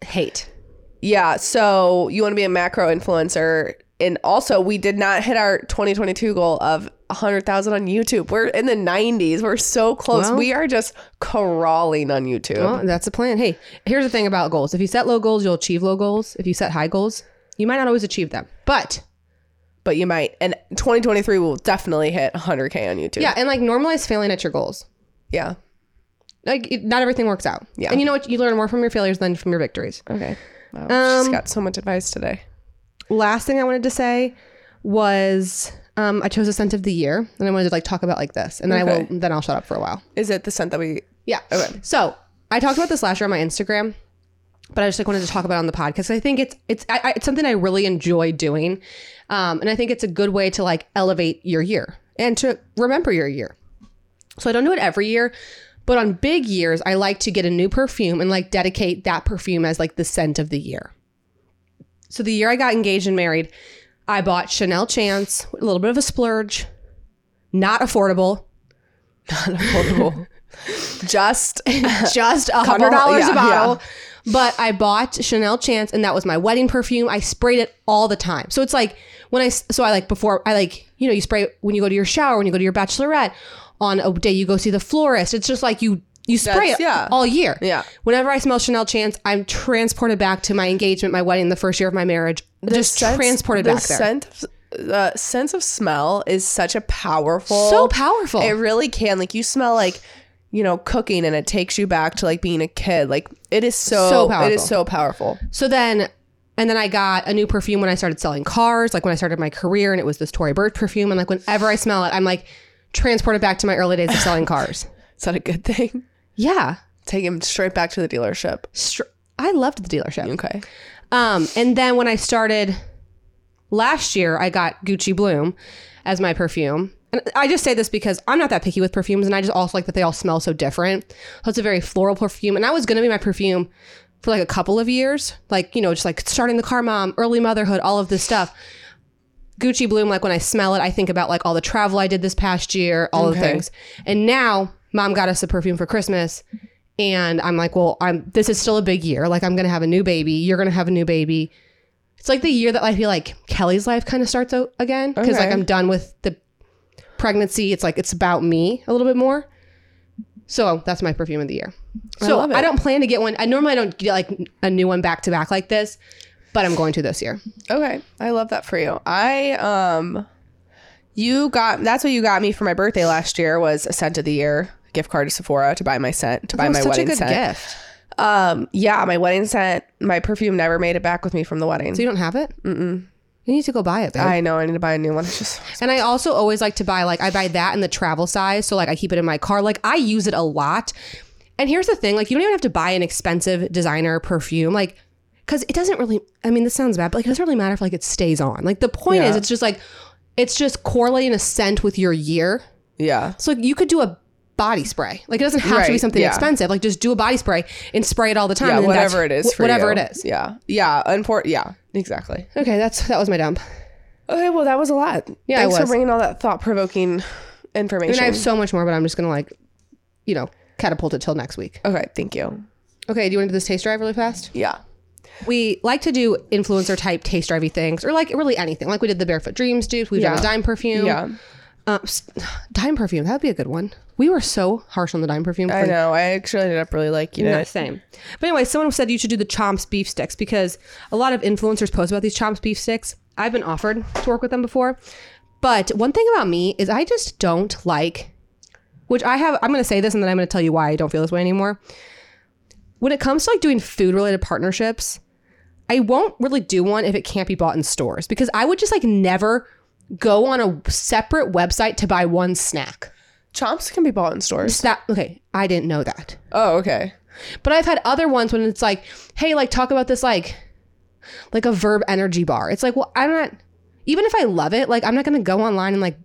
Speaker 2: Hate.
Speaker 3: yeah so you want to be a macro influencer and also we did not hit our 2022 goal of 100000 on youtube we're in the 90s we're so close
Speaker 2: Well-
Speaker 3: we are just crawling on youtube
Speaker 2: Well, that's the plan. Hey, here's the thing about goals. If you set low goals, you'll achieve low goals. If you set high goals, you might not always achieve them. But
Speaker 3: but you might and 2023 will definitely hit 100k on youtube
Speaker 2: yeah, and like normalize failing at your goals.
Speaker 3: yeah
Speaker 2: Like it, not everything works out.
Speaker 3: Yeah.
Speaker 2: And you know what? You learn more from your failures than from your victories.
Speaker 3: Okay. Wow.
Speaker 2: Um,
Speaker 3: she's got so much advice today.
Speaker 2: last thing I wanted to say was um, I chose a scent of the year and I wanted to like talk about like this and then I
Speaker 3: Okay.
Speaker 2: will then I'll shut up for a while.
Speaker 3: Is it the scent that we?
Speaker 2: Yeah.
Speaker 3: Okay.
Speaker 2: So I talked about this last year on my Instagram, but I just like wanted to talk about it on the podcast. I think it's it's I, I, it's something I really enjoy doing, um, and I think it's a good way to like elevate your year and to remember your year. So I don't do it every year, but on big years, I like to get a new perfume and like dedicate that perfume as like the scent of the year. So the year I got engaged and married, I bought Chanel Chance, a little bit of a splurge, not affordable,
Speaker 3: Just
Speaker 2: just a hundred
Speaker 3: on,
Speaker 2: dollars
Speaker 3: yeah,
Speaker 2: a bottle. But I bought Chanel Chance, and that was my wedding perfume. I sprayed it all the time, so it's like when I s- so I like before I like you know you spray it when you go to your shower, when you go to your bachelorette, on a day you go see the florist. It's just like you you spray
Speaker 3: That's-
Speaker 2: it
Speaker 3: yeah.
Speaker 2: all year.
Speaker 3: Yeah.
Speaker 2: Whenever I smell Chanel Chance, I'm transported back to my engagement, my wedding, the first year of my marriage. just transported
Speaker 3: the
Speaker 2: back there.
Speaker 3: Scent of, the sense of smell is such a powerful,
Speaker 2: So powerful.
Speaker 3: It really can. Like you smell like you know cooking, and it takes you back to like being a kid. Like it is so,
Speaker 2: So powerful.
Speaker 3: it is so powerful.
Speaker 2: So then, and then I got a new perfume when I started selling cars, like when I started my career, and it was this Tory Burch perfume. And like whenever I smell it, I'm like transported back to my early days of selling cars.
Speaker 3: Is that a good thing?
Speaker 2: yeah,
Speaker 3: Take him straight back to the dealership.
Speaker 2: Str- I loved the dealership.
Speaker 3: Okay.
Speaker 2: Um, and then when I started last year, I got Gucci Bloom as my perfume. And I just say this because I'm not that picky with perfumes, and I just also like that they all smell so different. So it's a very floral perfume, and I was gonna be my perfume for like a couple of years, like you know, just like starting the car mom, early motherhood, all of this stuff. Gucci Bloom, like when I smell it, I think about like all the travel I did this past year, all the
Speaker 3: Okay.
Speaker 2: things. And now mom got us a perfume for Christmas. And I'm like, well, I'm this is still a big year. Like I'm gonna have a new baby. You're gonna have a new baby. It's like the year that I feel like Kelly's life kind of starts out again. Because like
Speaker 3: Okay.
Speaker 2: I'm done with the pregnancy. It's like it's about me a little bit more. So that's my perfume of the year. So
Speaker 3: love it.
Speaker 2: I don't plan to get one. I normally don't get like a new one back to back like this, but I'm going to this year.
Speaker 3: Okay, I love that for you. I um, you got that's what you got me for my birthday last year was a scent of the year gift card to Sephora to buy my scent to buy
Speaker 2: That was
Speaker 3: my
Speaker 2: such
Speaker 3: wedding
Speaker 2: a good
Speaker 3: scent.
Speaker 2: gift.
Speaker 3: Um, yeah, my wedding scent, my perfume never made it back with me from the wedding.
Speaker 2: So you don't have it? Mm-mm. You need to go buy it, babe.
Speaker 3: I know I need to buy a new one. It's just
Speaker 2: and I also always like to buy like I buy that in the travel size, so like I keep it in my car. Like I use it a lot. And here's the thing, like you don't even have to buy an expensive designer perfume, like because it doesn't really. I mean, this sounds bad, but like it doesn't really matter if like it stays on. Like the point is,
Speaker 3: Yeah.
Speaker 2: it's just like it's just correlating a scent with your year.
Speaker 3: yeah.
Speaker 2: So like, you could do a body spray. Like it doesn't have to be
Speaker 3: Right,
Speaker 2: something
Speaker 3: yeah.
Speaker 2: expensive. Like just do a body spray and spray it all the time.
Speaker 3: Yeah,
Speaker 2: and then that's-
Speaker 3: whatever it is.
Speaker 2: wh-
Speaker 3: For
Speaker 2: whatever
Speaker 3: you.
Speaker 2: it is.
Speaker 3: Yeah. Yeah. Unfor- yeah. Exactly.
Speaker 2: Okay, that's that was my dump.
Speaker 3: Okay. Well, that was a lot.
Speaker 2: Yeah, it
Speaker 3: Thanks
Speaker 2: was.
Speaker 3: for bringing all that thought provoking
Speaker 2: I mean,
Speaker 3: information.
Speaker 2: I have so much more, but I'm just gonna like, you know, catapult it till next week.
Speaker 3: okay. Thank you.
Speaker 2: Okay, do you want to do this taste drive really fast?
Speaker 3: Yeah.
Speaker 2: We like to do influencer type taste drivey things, or like really anything. Like we did the Barefoot Dreams dupe. We've done
Speaker 3: Yeah.
Speaker 2: a dime perfume.
Speaker 3: Yeah.
Speaker 2: Uh, s- dime perfume. That'd be a good one. We were so harsh on the dime perfume.
Speaker 3: I
Speaker 2: for-
Speaker 3: know. I actually ended up really liking
Speaker 2: Not
Speaker 3: it.
Speaker 2: same. But anyway, someone said you should do the Chomps beef sticks because a lot of influencers post about these Chomps beef sticks. I've been offered to work with them before. But one thing about me is I just don't like, which I have, I'm going to say this and then I'm going to tell you why I don't feel this way anymore. When it comes to like doing food related partnerships, I won't really do one if it can't be bought in stores because I would just like never go on a separate website to buy one snack.
Speaker 3: Chomps can be bought in stores.
Speaker 2: So that, okay, I didn't know that.
Speaker 3: Oh, okay.
Speaker 2: But I've had other ones when it's like, hey, like talk about this like like a verb energy bar. It's like, well, I'm not even if I love it, like I'm not gonna go online and like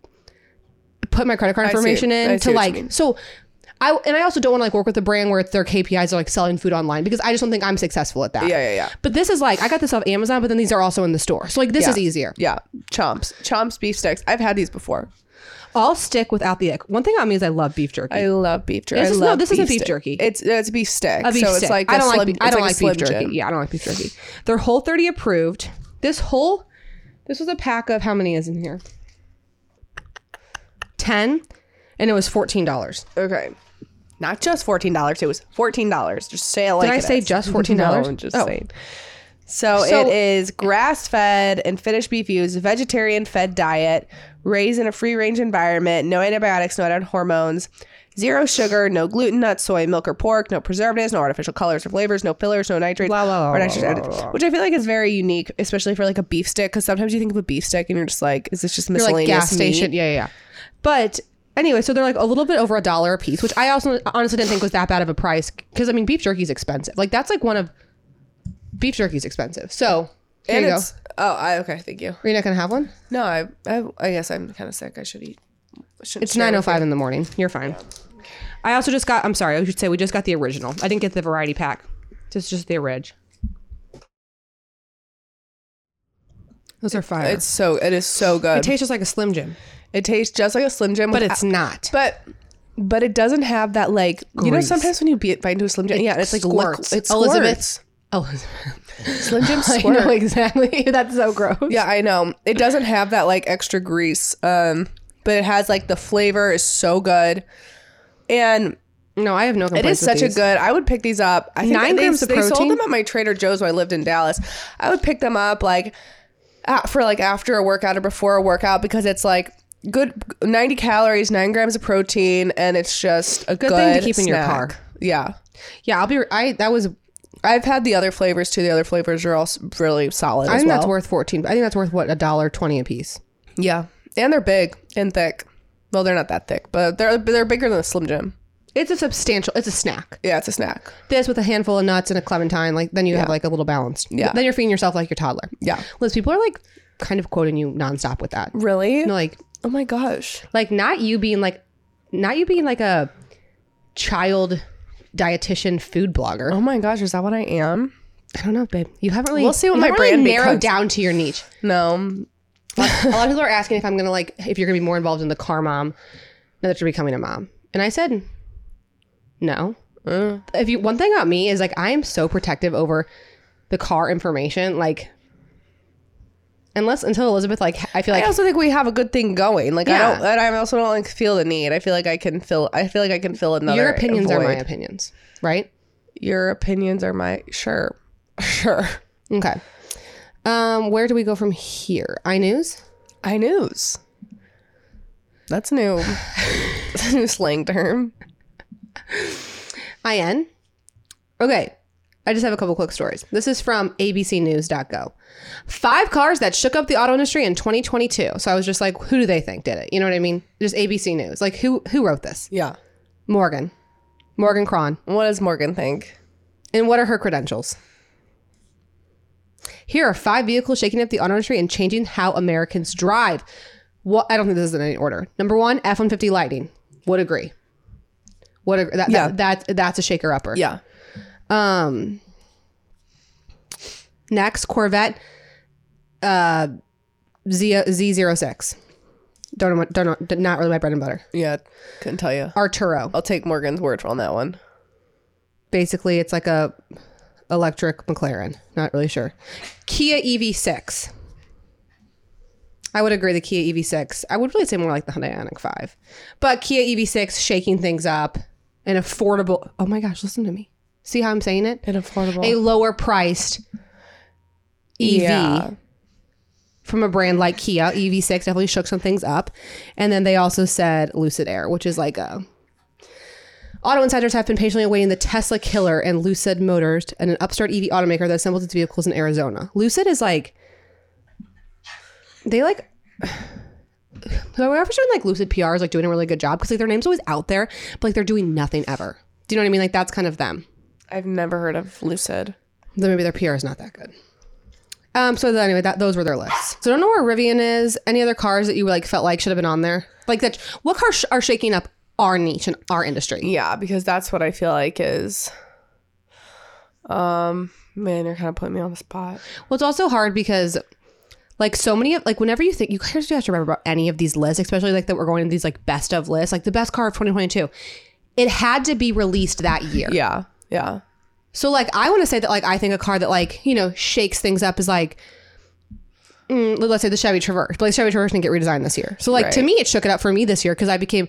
Speaker 2: put my credit card
Speaker 3: see-
Speaker 2: information
Speaker 3: I
Speaker 2: in
Speaker 3: see
Speaker 2: to
Speaker 3: what you
Speaker 2: like
Speaker 3: mean.
Speaker 2: so I and I also don't want to like work with a brand where their KPIs are like selling food online because I just don't think I'm successful at that.
Speaker 3: Yeah, yeah, yeah.
Speaker 2: But this is like I got this off Amazon, but then these are also in the store. So like this is easier.
Speaker 3: Yeah. Chomps. Chomps beef sticks. I've had these before.
Speaker 2: I'll stick without the ick. One thing on me is I love beef jerky.
Speaker 3: I love beef jerky.
Speaker 2: This
Speaker 3: I
Speaker 2: is- no,
Speaker 3: love
Speaker 2: this isn't beef
Speaker 3: stick.
Speaker 2: jerky.
Speaker 3: It's it's beef stick.
Speaker 2: a beef
Speaker 3: so
Speaker 2: stick.
Speaker 3: it's like
Speaker 2: I
Speaker 3: a
Speaker 2: don't
Speaker 3: slim,
Speaker 2: like I
Speaker 3: it's
Speaker 2: don't
Speaker 3: like,
Speaker 2: like,
Speaker 3: a Slim
Speaker 2: beef jerky.
Speaker 3: Jim.
Speaker 2: Yeah, I don't like beef jerky. They're Whole 30 approved. This whole this was a pack of how many is in here? 10 and it was $14.
Speaker 3: Okay. Not just fourteen dollars. It was fourteen dollars. Just say it like
Speaker 2: Did I
Speaker 3: it
Speaker 2: say
Speaker 3: is.
Speaker 2: just $14?
Speaker 3: No, just
Speaker 2: Oh.
Speaker 3: saying. So,
Speaker 2: So-
Speaker 3: it is grass fed and finished beef used, vegetarian fed diet, raised in a free range environment, no antibiotics, no added hormones, zero sugar, no gluten, nut, soy, milk, or pork, no preservatives, no artificial colors or flavors, no fillers, no nitrates,
Speaker 2: La, la, la,
Speaker 3: or
Speaker 2: la,
Speaker 3: nitrous
Speaker 2: la,
Speaker 3: added-
Speaker 2: la, la.
Speaker 3: which I feel like is very unique, especially for like a beef stick, because sometimes you think of a beef stick and you're just like, is this just
Speaker 2: They're like
Speaker 3: miscellaneous
Speaker 2: gas
Speaker 3: meat?
Speaker 2: station. Yeah, yeah, yeah. But anyway, so they're like a little bit over a dollar a piece, which I also honestly didn't think was that bad of a price cuz I mean beef jerky is expensive. Like that's like one of beef jerky is expensive. So, here
Speaker 3: And
Speaker 2: you go.
Speaker 3: it's, oh, I, okay, thank you.
Speaker 2: Are you not going to have one?
Speaker 3: No, I, I, I guess I'm kind of sick. I should eat. I shouldn't
Speaker 2: It's
Speaker 3: share
Speaker 2: nine oh
Speaker 3: with you.
Speaker 2: five in the morning. You're fine. I also just got. I'm sorry. I should say we just got the original. I didn't get the variety pack. Just just the orig. Those are fire.
Speaker 3: It's so it is so good.
Speaker 2: it tastes just like a Slim Jim,
Speaker 3: It tastes just like a Slim Jim,
Speaker 2: but
Speaker 3: with-
Speaker 2: it's not.
Speaker 3: but but it doesn't have that like you know
Speaker 2: Grease.
Speaker 3: sometimes when you beat bite into a Slim Jim, yeah, it's like liquid.
Speaker 2: squirts.
Speaker 3: It's
Speaker 2: Elizabeth- oh,
Speaker 3: squirts. Slim Jim
Speaker 2: I
Speaker 3: squirt.
Speaker 2: know exactly. That's so gross.
Speaker 3: Yeah, I know. It doesn't have that like extra grease, um, but it has like the flavor is so good, and
Speaker 2: No, I have no
Speaker 3: it is
Speaker 2: complaints. with
Speaker 3: such
Speaker 2: these.
Speaker 3: a good. I would pick these up. I think
Speaker 2: Nine
Speaker 3: they,
Speaker 2: grams of
Speaker 3: they sold
Speaker 2: protein?
Speaker 3: them at my Trader Joe's when I lived in Dallas. I would pick them up like a- for like after a workout or before a workout because it's like good 90 calories, 9 grams of protein and it's just a good,
Speaker 2: thing to keep in your
Speaker 3: snack.
Speaker 2: car.
Speaker 3: Yeah.
Speaker 2: Yeah, I'll be. I that was.
Speaker 3: I've had the other flavors too. The other flavors are all s- really solid
Speaker 2: I
Speaker 3: as
Speaker 2: think
Speaker 3: well.
Speaker 2: that's worth fourteen. I think that's worth what a dollar twenty a piece.
Speaker 3: yeah. And they're big and thick. Well, they're not that thick, but they're they're bigger than a Slim Jim.
Speaker 2: It's a substantial. It's a snack.
Speaker 3: Yeah, it's a snack.
Speaker 2: this with a handful of nuts and a clementine, like then you have like a little balanced.
Speaker 3: Yeah.
Speaker 2: Then you're feeding yourself like your toddler.
Speaker 3: Yeah.
Speaker 2: Liz, people are like kind of quoting you nonstop with that. You
Speaker 3: Really?
Speaker 2: know, like
Speaker 3: Oh my gosh.
Speaker 2: like not you being like not you being like a child dietitian food blogger.
Speaker 3: Oh my gosh, is that what I am?
Speaker 2: I don't know, babe. You haven't really
Speaker 3: We'll see what
Speaker 2: you
Speaker 3: my
Speaker 2: haven't really
Speaker 3: brand
Speaker 2: narrowed
Speaker 3: becomes.
Speaker 2: down to your niche.
Speaker 3: No,
Speaker 2: Like, a lot of people are asking if I'm gonna like if you're gonna be more involved in the car mom now that you're becoming a mom. And I said no. If you one thing about me is like I am so protective over the car information, like unless until Elizabeth like I feel like
Speaker 3: I also think we have a good thing going. Like
Speaker 2: Yeah.
Speaker 3: I don't, and I also don't like feel the need. I feel like I can fill. I feel like I can fill another.
Speaker 2: your opinions are my
Speaker 3: void.
Speaker 2: opinions, right?
Speaker 3: Your opinions are my sure, sure.
Speaker 2: Okay. Um, where do we go from here? I news?
Speaker 3: I news. That's new. That's a new slang term.
Speaker 2: IN? Okay. I I just have a couple quick stories. This is from abcnews.go. Five cars that shook up the auto industry in 2022. So I was just like, who do they think did it? You know what I mean? Just ABC News. Like who who wrote this?
Speaker 3: Yeah.
Speaker 2: Morgan. Morgan Cron.
Speaker 3: What does Morgan think?
Speaker 2: And what are her credentials? Here are five vehicles shaking up the auto industry and changing how Americans drive. What I don't think this is in any order. Number one, F one fifty Lightning. Would agree. Would agree. That,
Speaker 3: Yeah.
Speaker 2: that, that that's a shaker upper.
Speaker 3: Yeah.
Speaker 2: Um. Next Corvette, uh, Z Z 06 Don't know. Don't know. Not really my bread and butter.
Speaker 3: Yeah. Couldn't tell you.
Speaker 2: Arturo.
Speaker 3: I'll take Morgan's word on that one.
Speaker 2: Basically, it's like a electric McLaren. Not really sure. Kia EV6. I would agree the Kia EV6. I would really say more like the Hyundai Ionic 5. But Kia EV6 shaking things up. An affordable. Oh my gosh! Listen to me. See how I'm saying it?
Speaker 3: An affordable.
Speaker 2: a lower priced EV
Speaker 3: Yeah.
Speaker 2: from a brand like Kia. EV6 definitely shook some things up. And then they also said Lucid Air, which is like a. Auto insiders have been patiently awaiting the Tesla killer and Lucid Motors and an upstart EV automaker that assembles its vehicles in Arizona. Lucid is like. They like. Whoever's doing like Lucid PR is like doing a really good job because like their name's always out there, but like they're doing nothing ever. Do you know what I mean? Like that's kind of them
Speaker 3: I've never heard of Lucid.
Speaker 2: then maybe their PR is not that good. Um. So then, anyway, that those were their lists. So I don't know where Rivian is. Any other cars that you like felt like should have been on there? Like that? What cars sh- are shaking up our niche and our industry?
Speaker 3: Yeah, because that's what I feel like is. Um, man, you're kind of putting me on the spot.
Speaker 2: Well, it's also hard because, like, so many of like whenever you think you guys do have to remember about any of these lists, especially like that we're going to these like best of lists, like the best car of 2022. It had to be released that year.
Speaker 3: Yeah, yeah,
Speaker 2: So like I want to say that like I think a car that like you know shakes things up is like mm, let's say the Chevy Traverse, but like Chevy Traverse didn't get redesigned this year. So like to
Speaker 3: Right.
Speaker 2: me it shook it up for me this year because I became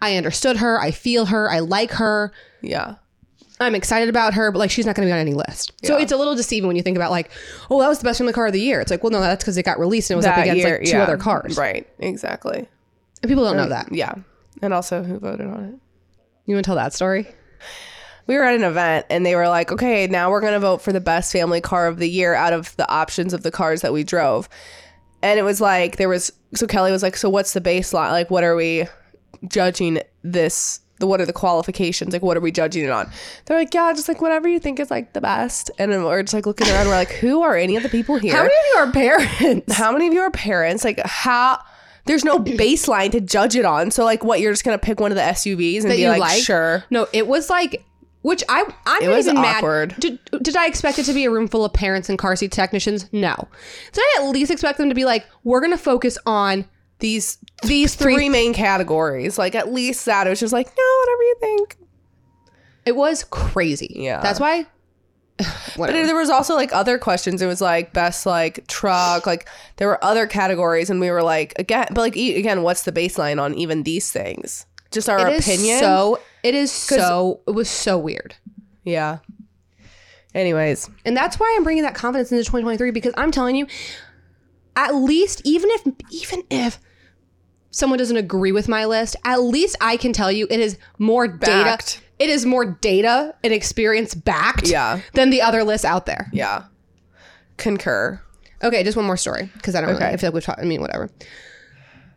Speaker 2: I understood her, I feel her, I like her,
Speaker 3: yeah.
Speaker 2: I'm excited about her, but like she's not going to be on any list. So it's a little deceiving when you think about like oh that was the best family car of the year. It's like well no that's because it got released and it was up against like two
Speaker 3: yeah.
Speaker 2: other cars.
Speaker 3: Right, exactly.
Speaker 2: And people don't know that.
Speaker 3: Yeah, and also who voted on it.
Speaker 2: You want to tell that story?
Speaker 3: we were at an event and they were like, okay, now we're going to vote for the best family car of the year out of the options of the cars that we drove. And it was like, there was, so Kelly was like, so what's the baseline? Like, what are we judging this? The, what are the qualifications? Like, what are we judging it on? They're like, yeah, just like whatever you think is like the best. And then we're just like looking around, we're like, who are any of the people here?
Speaker 2: How many of you are parents?
Speaker 3: how many of you are parents? Like, how. There's no baseline to judge it on. So, like, what? You're just going to pick one of the SUVs and
Speaker 2: that
Speaker 3: be
Speaker 2: you
Speaker 3: like,
Speaker 2: like,
Speaker 3: sure.
Speaker 2: No, it was like, which I I'm not
Speaker 3: was
Speaker 2: even mad.
Speaker 3: awkward.
Speaker 2: Did, did I expect it to be a room full of parents and car seat technicians? No. Did I at least expect them to be like, we're gonna focus on
Speaker 3: These
Speaker 2: these three?
Speaker 3: three main categories. Like at least that. It was just like, no, whatever you think.
Speaker 2: It was crazy.
Speaker 3: Yeah.
Speaker 2: that's why.
Speaker 3: But
Speaker 2: Whatever.
Speaker 3: there was also like other questions. It was like best like truck. Like there were other categories, and we were like again, but like e- again, what's the baseline on even these things? Just our
Speaker 2: It is
Speaker 3: opinion.
Speaker 2: so. It is so. It was so weird.
Speaker 3: yeah. Anyways,
Speaker 2: And that's why I'm bringing that confidence into 2023 because I'm telling you, at least even if even if someone doesn't agree with my list, at least I can tell you it is more
Speaker 3: Backed.
Speaker 2: data. It is more data and experience backed
Speaker 3: Yeah.
Speaker 2: than the other lists out there.
Speaker 3: yeah, concur.
Speaker 2: Okay, just one more story because I don't
Speaker 3: Okay.
Speaker 2: really, I feel like we've talked, I mean, whatever.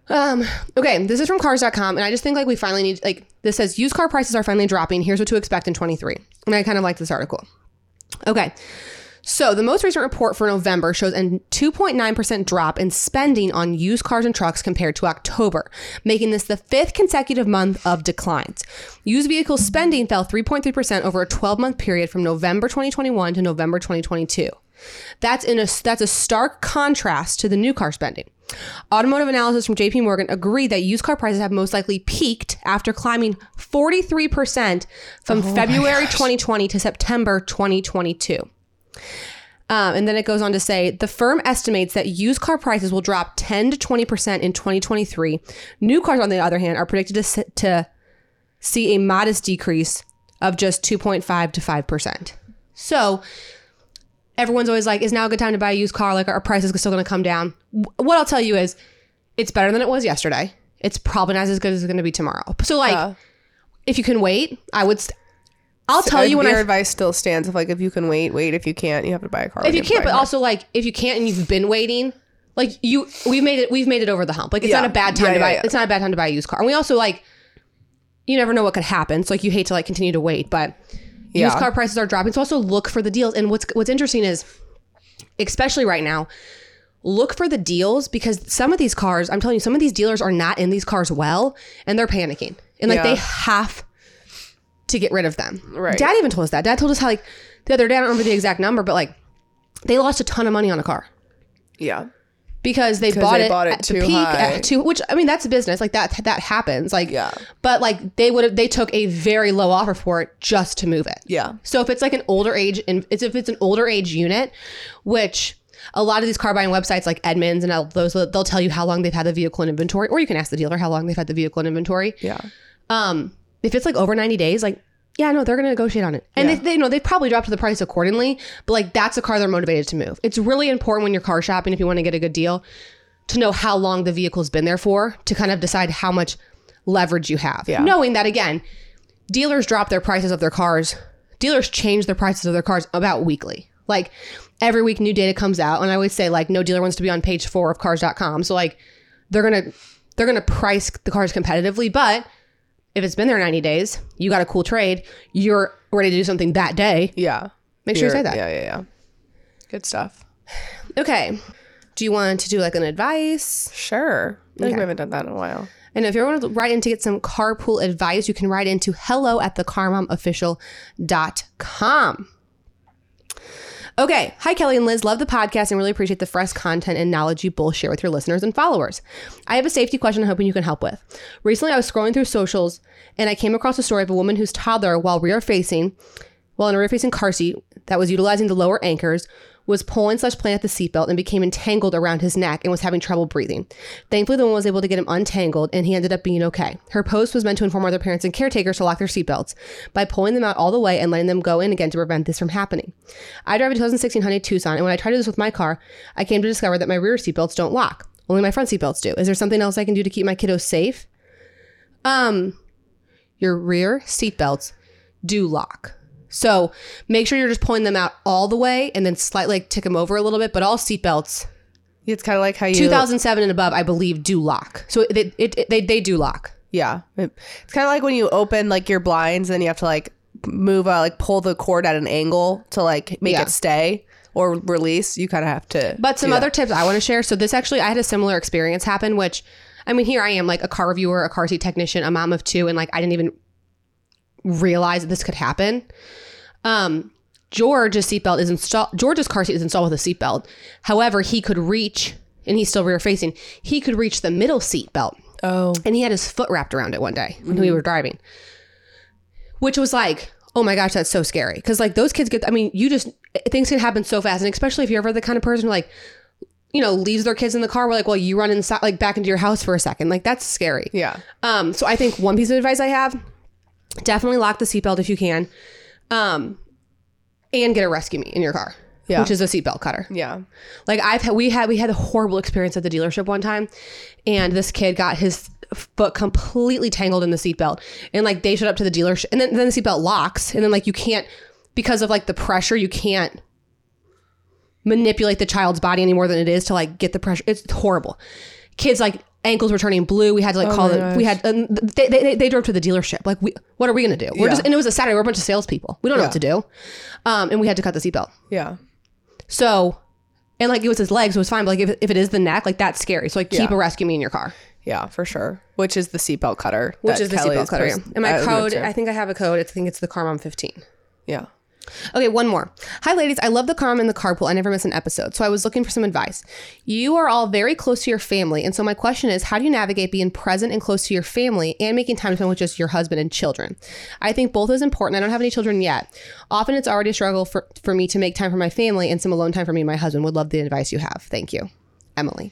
Speaker 2: Um, okay, this is from cars.com, and I just think like we finally need, like, this says used car prices are finally dropping. Here's what to expect in 23. And I kind of like this article. Okay. So the most recent report for November shows a 2.9% drop in spending on used cars and trucks compared to October, making this the fifth consecutive month of declines. Used vehicle spending fell 3.3% over a 12-month period from November 2021 to November 2022. That's in a that's a stark contrast to the new car spending. Automotive analysis from JP Morgan agreed that used car prices have most likely peaked after climbing 43% from February 2020 to September 2022. Um, and then it goes on to say the firm estimates that used car prices will drop 10 to 20% in 2023. New cars, on the other hand, are predicted to, s- to see a modest decrease of just 2.5 to 5%. So everyone's always like, is now a good time to buy a used car? Like, are prices still going to come down? Wh- What I'll tell you is it's better than it was yesterday. It's probably not as good as it's going to be tomorrow. So, like,
Speaker 3: Yeah.
Speaker 2: if you can wait, I would. St- I'll tell you when
Speaker 3: your
Speaker 2: I
Speaker 3: advice still stands. Of like, if you can wait, wait. If you can't, you have to buy a car.
Speaker 2: if
Speaker 3: when
Speaker 2: you
Speaker 3: have to
Speaker 2: can't but
Speaker 3: buy a car.
Speaker 2: also like if you can't and you've been waiting like you we've made it we've made it over the hump like it's
Speaker 3: Yeah.
Speaker 2: not a bad time
Speaker 3: Yeah,
Speaker 2: to
Speaker 3: yeah,
Speaker 2: buy
Speaker 3: yeah.
Speaker 2: it's not a bad time to buy a used car and we also like you never know what could happen so like you hate to like continue to wait but used
Speaker 3: Yeah.
Speaker 2: car prices are dropping so also look for the deals and what's what's interesting is especially right now look for the deals because some of these cars i'm telling you some of these dealers are not in these cars well and they're panicking and like
Speaker 3: Yeah.
Speaker 2: they have to get rid of them
Speaker 3: Right.
Speaker 2: dad even told us that dad told us how like the other day i don't remember the exact number but like they lost a ton of money on a car
Speaker 3: yeah,
Speaker 2: because they bought,
Speaker 3: they
Speaker 2: it
Speaker 3: bought it
Speaker 2: at the
Speaker 3: too
Speaker 2: peak
Speaker 3: high.
Speaker 2: at too, which I mean that's business like that that happens like
Speaker 3: Yeah.
Speaker 2: but like they would have they took a very low offer for it just to move it
Speaker 3: Yeah.
Speaker 2: so if it's like an older age and it's if it's an older age unit which a lot of these car buying websites like Edmunds and all those they'll tell you how long they've had the vehicle in inventory or you can ask the dealer how long they've had the vehicle in inventory
Speaker 3: yeah,
Speaker 2: um if it's like over 90 days like yeah no they're gonna negotiate on it and they, they you know they probably dropped the price accordingly but like that's a car they're motivated to move it's really important when you're car shopping if you want to get a good deal to know how long the vehicle's been there for to kind of decide how much leverage you have
Speaker 3: Yeah.
Speaker 2: knowing that again dealers drop their prices of their cars dealers change their prices of their cars about weekly like every week new data comes out and i always say like no dealer wants to be on page four of cars.com so like they're gonna they're gonna price the cars competitively but if it's been there 90 days, you got a cool trade, you're ready to do something that day.
Speaker 3: yeah.
Speaker 2: Make sure you say that.
Speaker 3: Yeah, yeah, yeah. Good stuff.
Speaker 2: Okay. Do you want to do like an advice?
Speaker 3: Sure. I think we haven't done that in a while.
Speaker 2: And if you want to write in to get some carpool advice, you can write into hello at thecarmomofficial.com. Okay. Hi, Kelly and Liz. Love the podcast and really appreciate the fresh content and knowledge you both share with your listeners and followers. I have a safety question I'm hoping you can help with. Recently, I was scrolling through socials and I came across a story of a woman whose toddler, while rear facing, while in a rear facing car seat that was utilizing the lower anchors, was pulling slash playing at the seatbelt and became entangled around his neck and was having trouble breathing. Thankfully, the woman was able to get him untangled and he ended up being okay. Her post was meant to inform other parents and caretakers to lock their seatbelts by pulling them out all the way and letting them go in again to prevent this from happening. I drive a 2016 Hyundai Tucson, and when I tried to do this with my car, I came to discover that my rear seatbelts don't lock. Only my front seatbelts do. Is there something else I can do to keep my kiddos safe? Um, your rear seatbelts do lock. So make sure you're just pulling them out all the way and then slightly like, tick them over a little bit. But all seatbelts,
Speaker 3: It's kind of like how you
Speaker 2: 2007 and above, I believe, do lock. So it, it, it, they, they do lock.
Speaker 3: Yeah, It- it's kind of like when you open like your blinds and you have to like move uh, like pull the cord at an angle to like make
Speaker 2: Yeah.
Speaker 3: it stay or release. You kind of have to.
Speaker 2: But some
Speaker 3: do that.
Speaker 2: other tips I want to share. So this actually, I had a similar experience happen, which I mean, here I am, like a car reviewer, a car seat technician, a mom of two, and like I didn't even realize that this could happen. Um, George's seatbelt is installed. George's car seat is installed with a seatbelt. However, he could reach, and he's still rear facing. He could reach the middle seatbelt.
Speaker 3: oh
Speaker 2: and he had his foot wrapped around it one day when we were driving, which was like, oh my gosh, that's so scary. Because like those kids get, I mean, you just things can happen so fast, and especially if you're ever the kind of person who like, you know, leaves their kids in the car. We're like, well, you run inside, like back into your house for a second, like that's scary.
Speaker 3: yeah,
Speaker 2: Um, so I think one piece of advice I have: definitely lock the seatbelt if you can, um, and get a rescue me in your car,
Speaker 3: Yeah.
Speaker 2: which is a seatbelt cutter.
Speaker 3: yeah,
Speaker 2: Like I've had, we had we had a horrible experience at the dealership one time, and this kid got his foot completely tangled in the seatbelt, and like they showed up to the dealership, and then then the seatbelt locks, and then like you can't because of like the pressure, you can't manipulate the child's body any more than it is to like get the pressure. It's horrible. Kids like ankles were turning blue. We had to like call
Speaker 3: Oh my
Speaker 2: them. We
Speaker 3: gosh.
Speaker 2: had and they, they, they they drove to the dealership. Like we, what are we gonna do? We're
Speaker 3: Yeah.
Speaker 2: just and it was a Saturday. We're a bunch of salespeople. We don't know
Speaker 3: Yeah.
Speaker 2: what to do, um, and we had to cut the seatbelt.
Speaker 3: yeah,
Speaker 2: So, and like it was his legs, it was fine. But like if, if it is the neck, like that's scary. So like keep
Speaker 3: Yeah.
Speaker 2: a rescue me in your car,
Speaker 3: yeah, for sure. Which is the seatbelt cutter?
Speaker 2: which
Speaker 3: that
Speaker 2: is the
Speaker 3: Kelly
Speaker 2: seatbelt
Speaker 3: is
Speaker 2: cutter. yeah.
Speaker 3: post-
Speaker 2: And my
Speaker 3: uh,
Speaker 2: code,
Speaker 3: to.
Speaker 2: I think I have a code. It's- I think it's the Carmom fifteen.
Speaker 3: yeah,
Speaker 2: Okay, one more. Hi, ladies. I love the calm and the carpool. I never miss an episode. So I was looking for some advice. You are all very close to your family. And so my question is how do you navigate being present and close to your family and making time to spend with just your husband and children? I think both is important. I don't have any children yet. Often it's already a struggle for, for me to make time for my family and some alone time for me and my husband. Would love the advice you have. Thank you, Emily.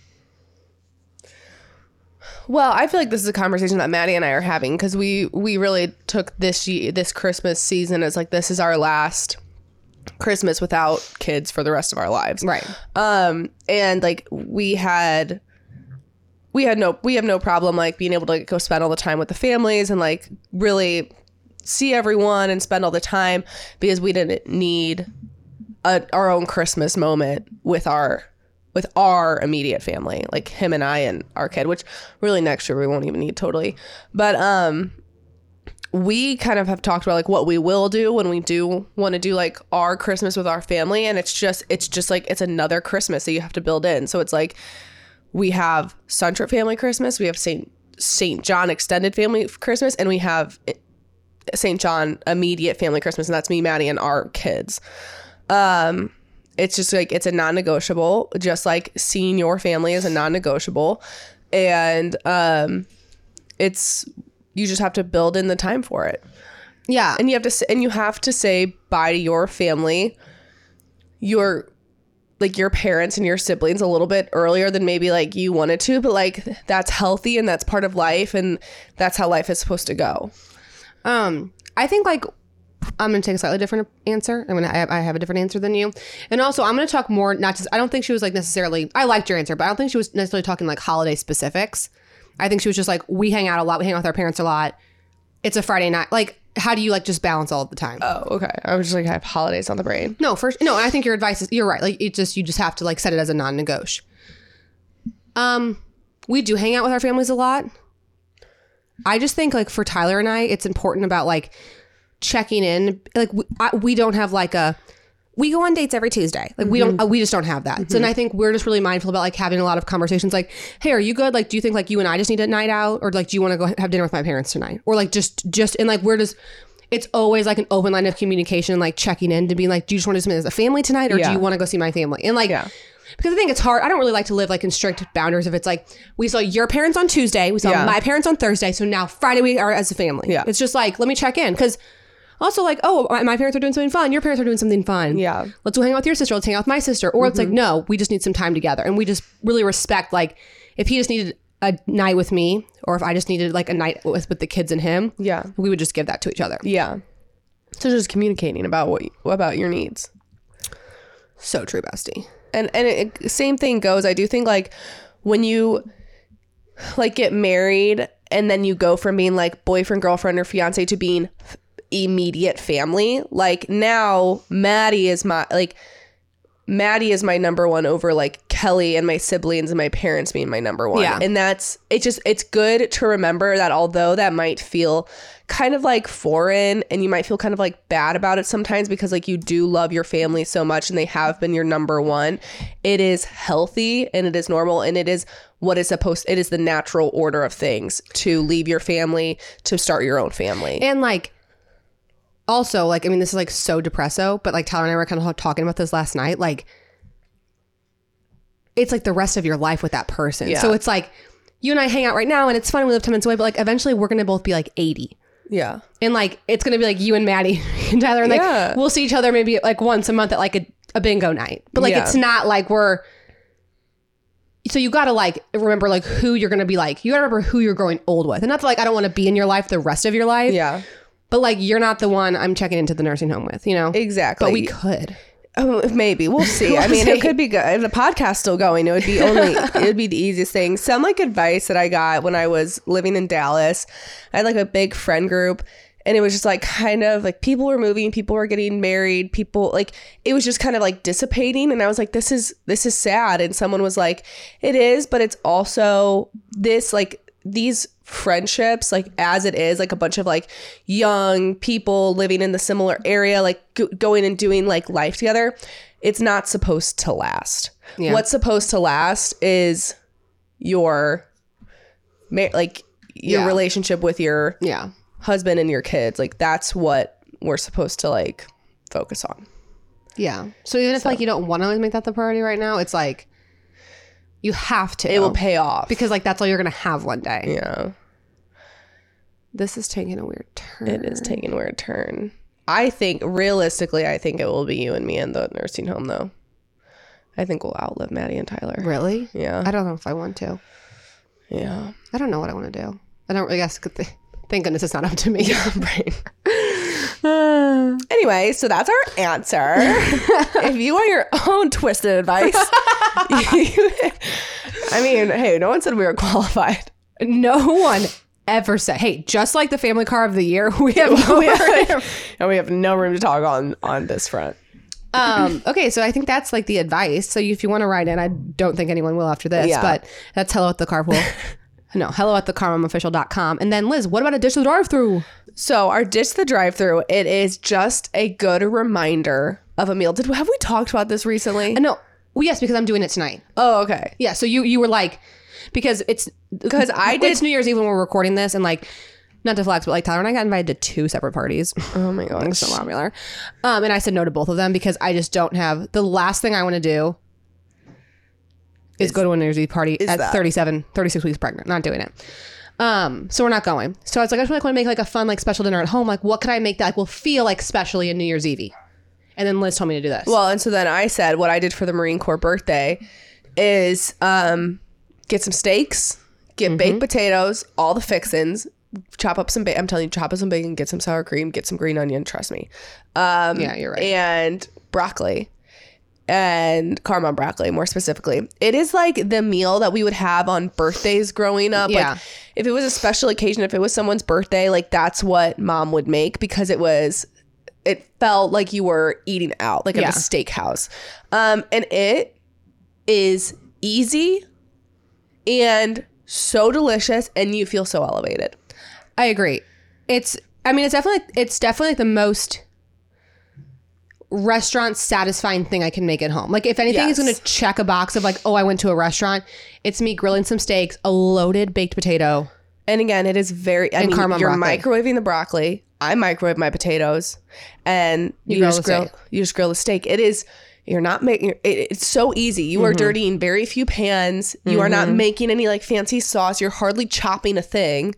Speaker 3: Well, I feel like this is a conversation that Maddie and I are having because we we really took this ye- this Christmas season as like this is our last Christmas without kids for the rest of our lives,
Speaker 2: Right.
Speaker 3: Um, and like we had we had no we have no problem like being able to like, go spend all the time with the families and like really see everyone and spend all the time because we didn't need a, our own Christmas moment with our with our immediate family, like him and I and our kid, which really next year we won't even need totally. But um we kind of have talked about like what we will do when we do want to do like our Christmas with our family and it's just it's just like it's another Christmas that you have to build in. So it's like we have Suntrip family Christmas, we have St. St. John extended family Christmas and we have St. John immediate family Christmas and that's me, Maddie and our kids. Um it's just like it's a non-negotiable just like seeing your family is a non-negotiable and um it's you just have to build in the time for it
Speaker 2: Yeah.
Speaker 3: and you have to s- and you have to say bye to your family your like your parents and your siblings a little bit earlier than maybe like you wanted to but like that's healthy and that's part of life and that's how life is supposed to go
Speaker 2: Um, I think like I'm going to take a slightly different answer. I'm going to I have a different answer than you, and also I'm going to talk more. Not just I don't think she was like necessarily. I liked your answer, but I don't think she was necessarily talking like holiday specifics. I think she was just like we hang out a lot. We hang out with our parents a lot. It's a Friday night. Like, how do you like just balance all the time?
Speaker 3: oh okay i was just like i have holidays on the brain
Speaker 2: No, first no, I think your advice is you're right. Like it just you just have to like set it as a non-negotiable. Um we do hang out with our families a lot. I just think like for Tyler and I, it's important about like checking in. Like we, I, we don't have like a we go on dates every Tuesday. Like we
Speaker 3: Mm-hmm.
Speaker 2: don't uh, we just don't have that. So and I think we're just really mindful about like having a lot of conversations like, "Hey, are you good? Like do you think like you and I just need a night out or like do you want to go have dinner with my parents tonight?" Or like just just and like we're just it's always like an open line of communication, like checking in to be like, "Do you just want to do something as a family tonight or do
Speaker 3: Yeah.
Speaker 2: you want to go see my family?" And like
Speaker 3: Yeah.
Speaker 2: Because I think it's hard. I don't really like to live like in strict boundaries. If it's like we saw your parents on Tuesday, we saw
Speaker 3: Yeah.
Speaker 2: my parents on Thursday, so now Friday we are as a family.
Speaker 3: Yeah.
Speaker 2: it's just like let me check in because also like oh my, my parents are doing something fun, your parents are doing something fun
Speaker 3: yeah Mm-hmm.
Speaker 2: let's go hang out with your sister, let's hang out with my sister. Or it's like, no, we just need some time together. And we just really respect, like, if he just needed a night with me, or if I just needed like a night with, with the kids and him,
Speaker 3: yeah
Speaker 2: we would just give that to each other.
Speaker 3: yeah so just communicating about what about your needs
Speaker 2: So true, bestie.
Speaker 3: and and it, same thing goes i do think like when you like get married and then you go from being like boyfriend girlfriend or fiance to being f- immediate family like now maddie is my like maddie is my number one over like kelly and my siblings and my parents being my number one
Speaker 2: Yeah.
Speaker 3: and that's it just it's good to remember that although that might feel kind of like foreign and you might feel kind of like bad about it sometimes because like you do love your family so much and they have been your number one it is healthy and it is normal and it is what is supposed it is the natural order of things to leave your family to start your own family
Speaker 2: And like, also, like, I mean, this is like so depresso, but like Tyler and I were kind of talking about this last night. Like, it's like the rest of your life with that person.
Speaker 3: Yeah.
Speaker 2: So it's like, you and I hang out right now and it's fun. We live 10 minutes away, but like, eventually we're going to both be like 80.
Speaker 3: yeah
Speaker 2: and like it's gonna be like you and Maddie and Tyler, and like
Speaker 3: Yeah.
Speaker 2: we'll see each other maybe like once a month at like a, a bingo night. But like
Speaker 3: Yeah.
Speaker 2: it's not like we're. So you gotta like remember like who you're gonna be like. You gotta remember who you're growing old with, and not that, like I don't want to be in your life the rest of your life.
Speaker 3: yeah
Speaker 2: But like you're not the one I'm checking into the nursing home with, you know.
Speaker 3: exactly
Speaker 2: But we could.
Speaker 3: Oh, maybe we'll see. I mean, it could be good. If the podcast's still going, it would be only it would be the easiest thing. Some like advice that I got when I was living in Dallas, I had like a big friend group, and it was just like kind of like people were moving, people were getting married, people like it was just kind of like dissipating, and I was like, this is this is sad. And someone was like, it is, but it's also this like these friendships like as it is like a bunch of like young people living in the similar area like go- going and doing like life together it's not supposed to last
Speaker 2: Yeah.
Speaker 3: what's supposed to last is your ma- like your
Speaker 2: Yeah.
Speaker 3: relationship with your
Speaker 2: Yeah.
Speaker 3: husband and your kids like that's what we're supposed to like focus on
Speaker 2: Yeah. So even if like you don't want to make that the priority right now, it's like you have to.
Speaker 3: it will pay off
Speaker 2: because like that's all you're gonna have one day.
Speaker 3: yeah
Speaker 2: This is taking a weird turn.
Speaker 3: It is taking a weird turn. I think realistically, I think it will be you and me in the nursing home, though. I think we'll outlive Maddie and Tyler.
Speaker 2: Really?
Speaker 3: Yeah,
Speaker 2: I don't know if I want to.
Speaker 3: yeah.
Speaker 2: I don't know what I want to do. I don't. I guess. good thi- Thank goodness it's not up to me. right.
Speaker 3: Anyway, so that's our answer. if you want your own twisted advice, you- I mean, hey, no one said we were qualified.
Speaker 2: no one ever said, hey, just like the family car of the year, we have no
Speaker 3: We have- and we have no room to talk on on this front.
Speaker 2: um okay so i think that's like the advice so if you want to ride in i don't think anyone will after this
Speaker 3: Yeah.
Speaker 2: but that's hello at the carpool no hello at the carmomofficial.com and then liz what about a dish the drive through
Speaker 3: So our ditch the drive through. It is just a good reminder of a meal. Did have we talked about this recently?
Speaker 2: no well, yes because i'm doing it tonight
Speaker 3: oh, okay.
Speaker 2: yeah so you you were like because it's because
Speaker 3: I did-
Speaker 2: it's new year's eve when we're recording this and like not to flex but like tyler and i got invited to two separate parties
Speaker 3: Oh my gosh.
Speaker 2: so popular um and i said no to both of them because i just don't have the last thing i want to do is go to a New Year's Eve party at
Speaker 3: that.
Speaker 2: 37, 36 weeks pregnant. Not doing it. Um, so we're not going. So I was like, I just like, want to make like a fun, like special dinner at home. Like, what could I make that like, will feel like specially a New Year's Eve? And then Liz told me to do this.
Speaker 3: Well, and so then I said what I did for the Marine Corps birthday is um, get some steaks, get
Speaker 2: Mm-hmm.
Speaker 3: baked potatoes, all the fixins, chop up some. Ba- I'm telling you, chop up some bacon, get some sour cream, get some green onion. Trust me. Um,
Speaker 2: Yeah, you're right.
Speaker 3: And broccoli. And Carmel broccoli, more specifically. It is like the meal that we would have on birthdays growing up.
Speaker 2: Yeah.
Speaker 3: Like, if it was a special occasion, if it was someone's birthday, like that's what mom would make because it was it felt like you were eating out, like
Speaker 2: Yeah.
Speaker 3: at a steakhouse. Um, and it is easy and so delicious, and you feel so elevated.
Speaker 2: I agree. It's, I mean, it's definitely, it's definitely like the most restaurant satisfying thing I can make at home. Like, if anything is
Speaker 3: Yes.
Speaker 2: going to check a box of like, oh, I went to a restaurant, it's me grilling some steaks, a loaded baked potato.
Speaker 3: And again, it is very. I
Speaker 2: And
Speaker 3: mean,
Speaker 2: Carmel
Speaker 3: you're
Speaker 2: broccoli.
Speaker 3: microwaving the broccoli. I microwave my potatoes, and you,
Speaker 2: grill
Speaker 3: just
Speaker 2: the
Speaker 3: grill.
Speaker 2: steak.
Speaker 3: You just grill the steak. It is. You're not making. It, it's so easy. You
Speaker 2: Mm-hmm.
Speaker 3: are dirtying very few pans. You are not making any like fancy sauce. You're hardly chopping a thing.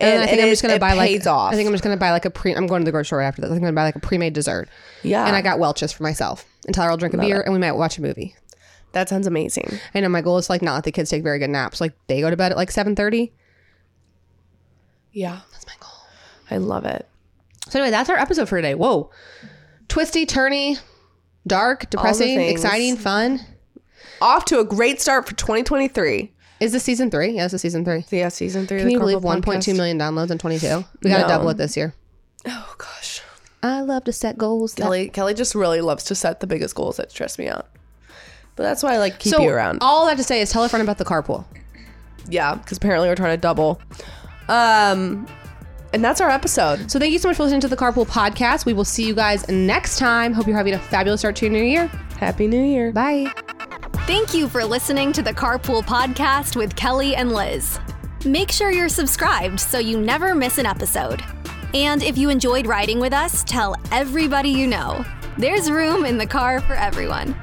Speaker 2: And, I think
Speaker 3: it
Speaker 2: I'm
Speaker 3: is-
Speaker 2: just gonna
Speaker 3: it
Speaker 2: buy like
Speaker 3: pays off.
Speaker 2: I think I'm just gonna buy like a pre. I'm going to the grocery store after this. I think I'm gonna buy like a pre-made dessert.
Speaker 3: Yeah.
Speaker 2: And I got Welch's for myself. And Tyler will drink a beer, and we might watch a movie.
Speaker 3: that sounds amazing.
Speaker 2: I know my goal is to, like not let the kids take very good naps. Like they go to bed at like 7:30.
Speaker 3: Yeah,
Speaker 2: That's my goal.
Speaker 3: I love it.
Speaker 2: So anyway, that's our episode for today. Whoa, twisty, turny, dark, depressing,
Speaker 3: things.
Speaker 2: exciting, fun.
Speaker 3: Off to a great start for 2023.
Speaker 2: Is this season three? Yeah, this is season three.
Speaker 3: So yeah, season three.
Speaker 2: Can you believe 1.2 million downloads in 22? We gotta
Speaker 3: No.
Speaker 2: double it this year.
Speaker 3: Oh gosh,
Speaker 2: I love to set goals. that-
Speaker 3: Kelly. Kelly just really loves to set the biggest goals that stress me out. But that's why I like keep
Speaker 2: so
Speaker 3: you around.
Speaker 2: all that to say is tell a friend about the carpool.
Speaker 3: yeah, because apparently we're trying to double. Um, and that's our episode.
Speaker 2: So thank you so much for listening to the Carpool Podcast. We will see you guys next time. Hope you're having a fabulous start to your new year.
Speaker 3: Happy New Year.
Speaker 2: Bye.
Speaker 1: Thank you for listening to the Carpool Podcast with Kelly and Liz. Make sure you're subscribed so you never miss an episode. And if you enjoyed riding with us, tell everybody you know. There's room in the car for everyone.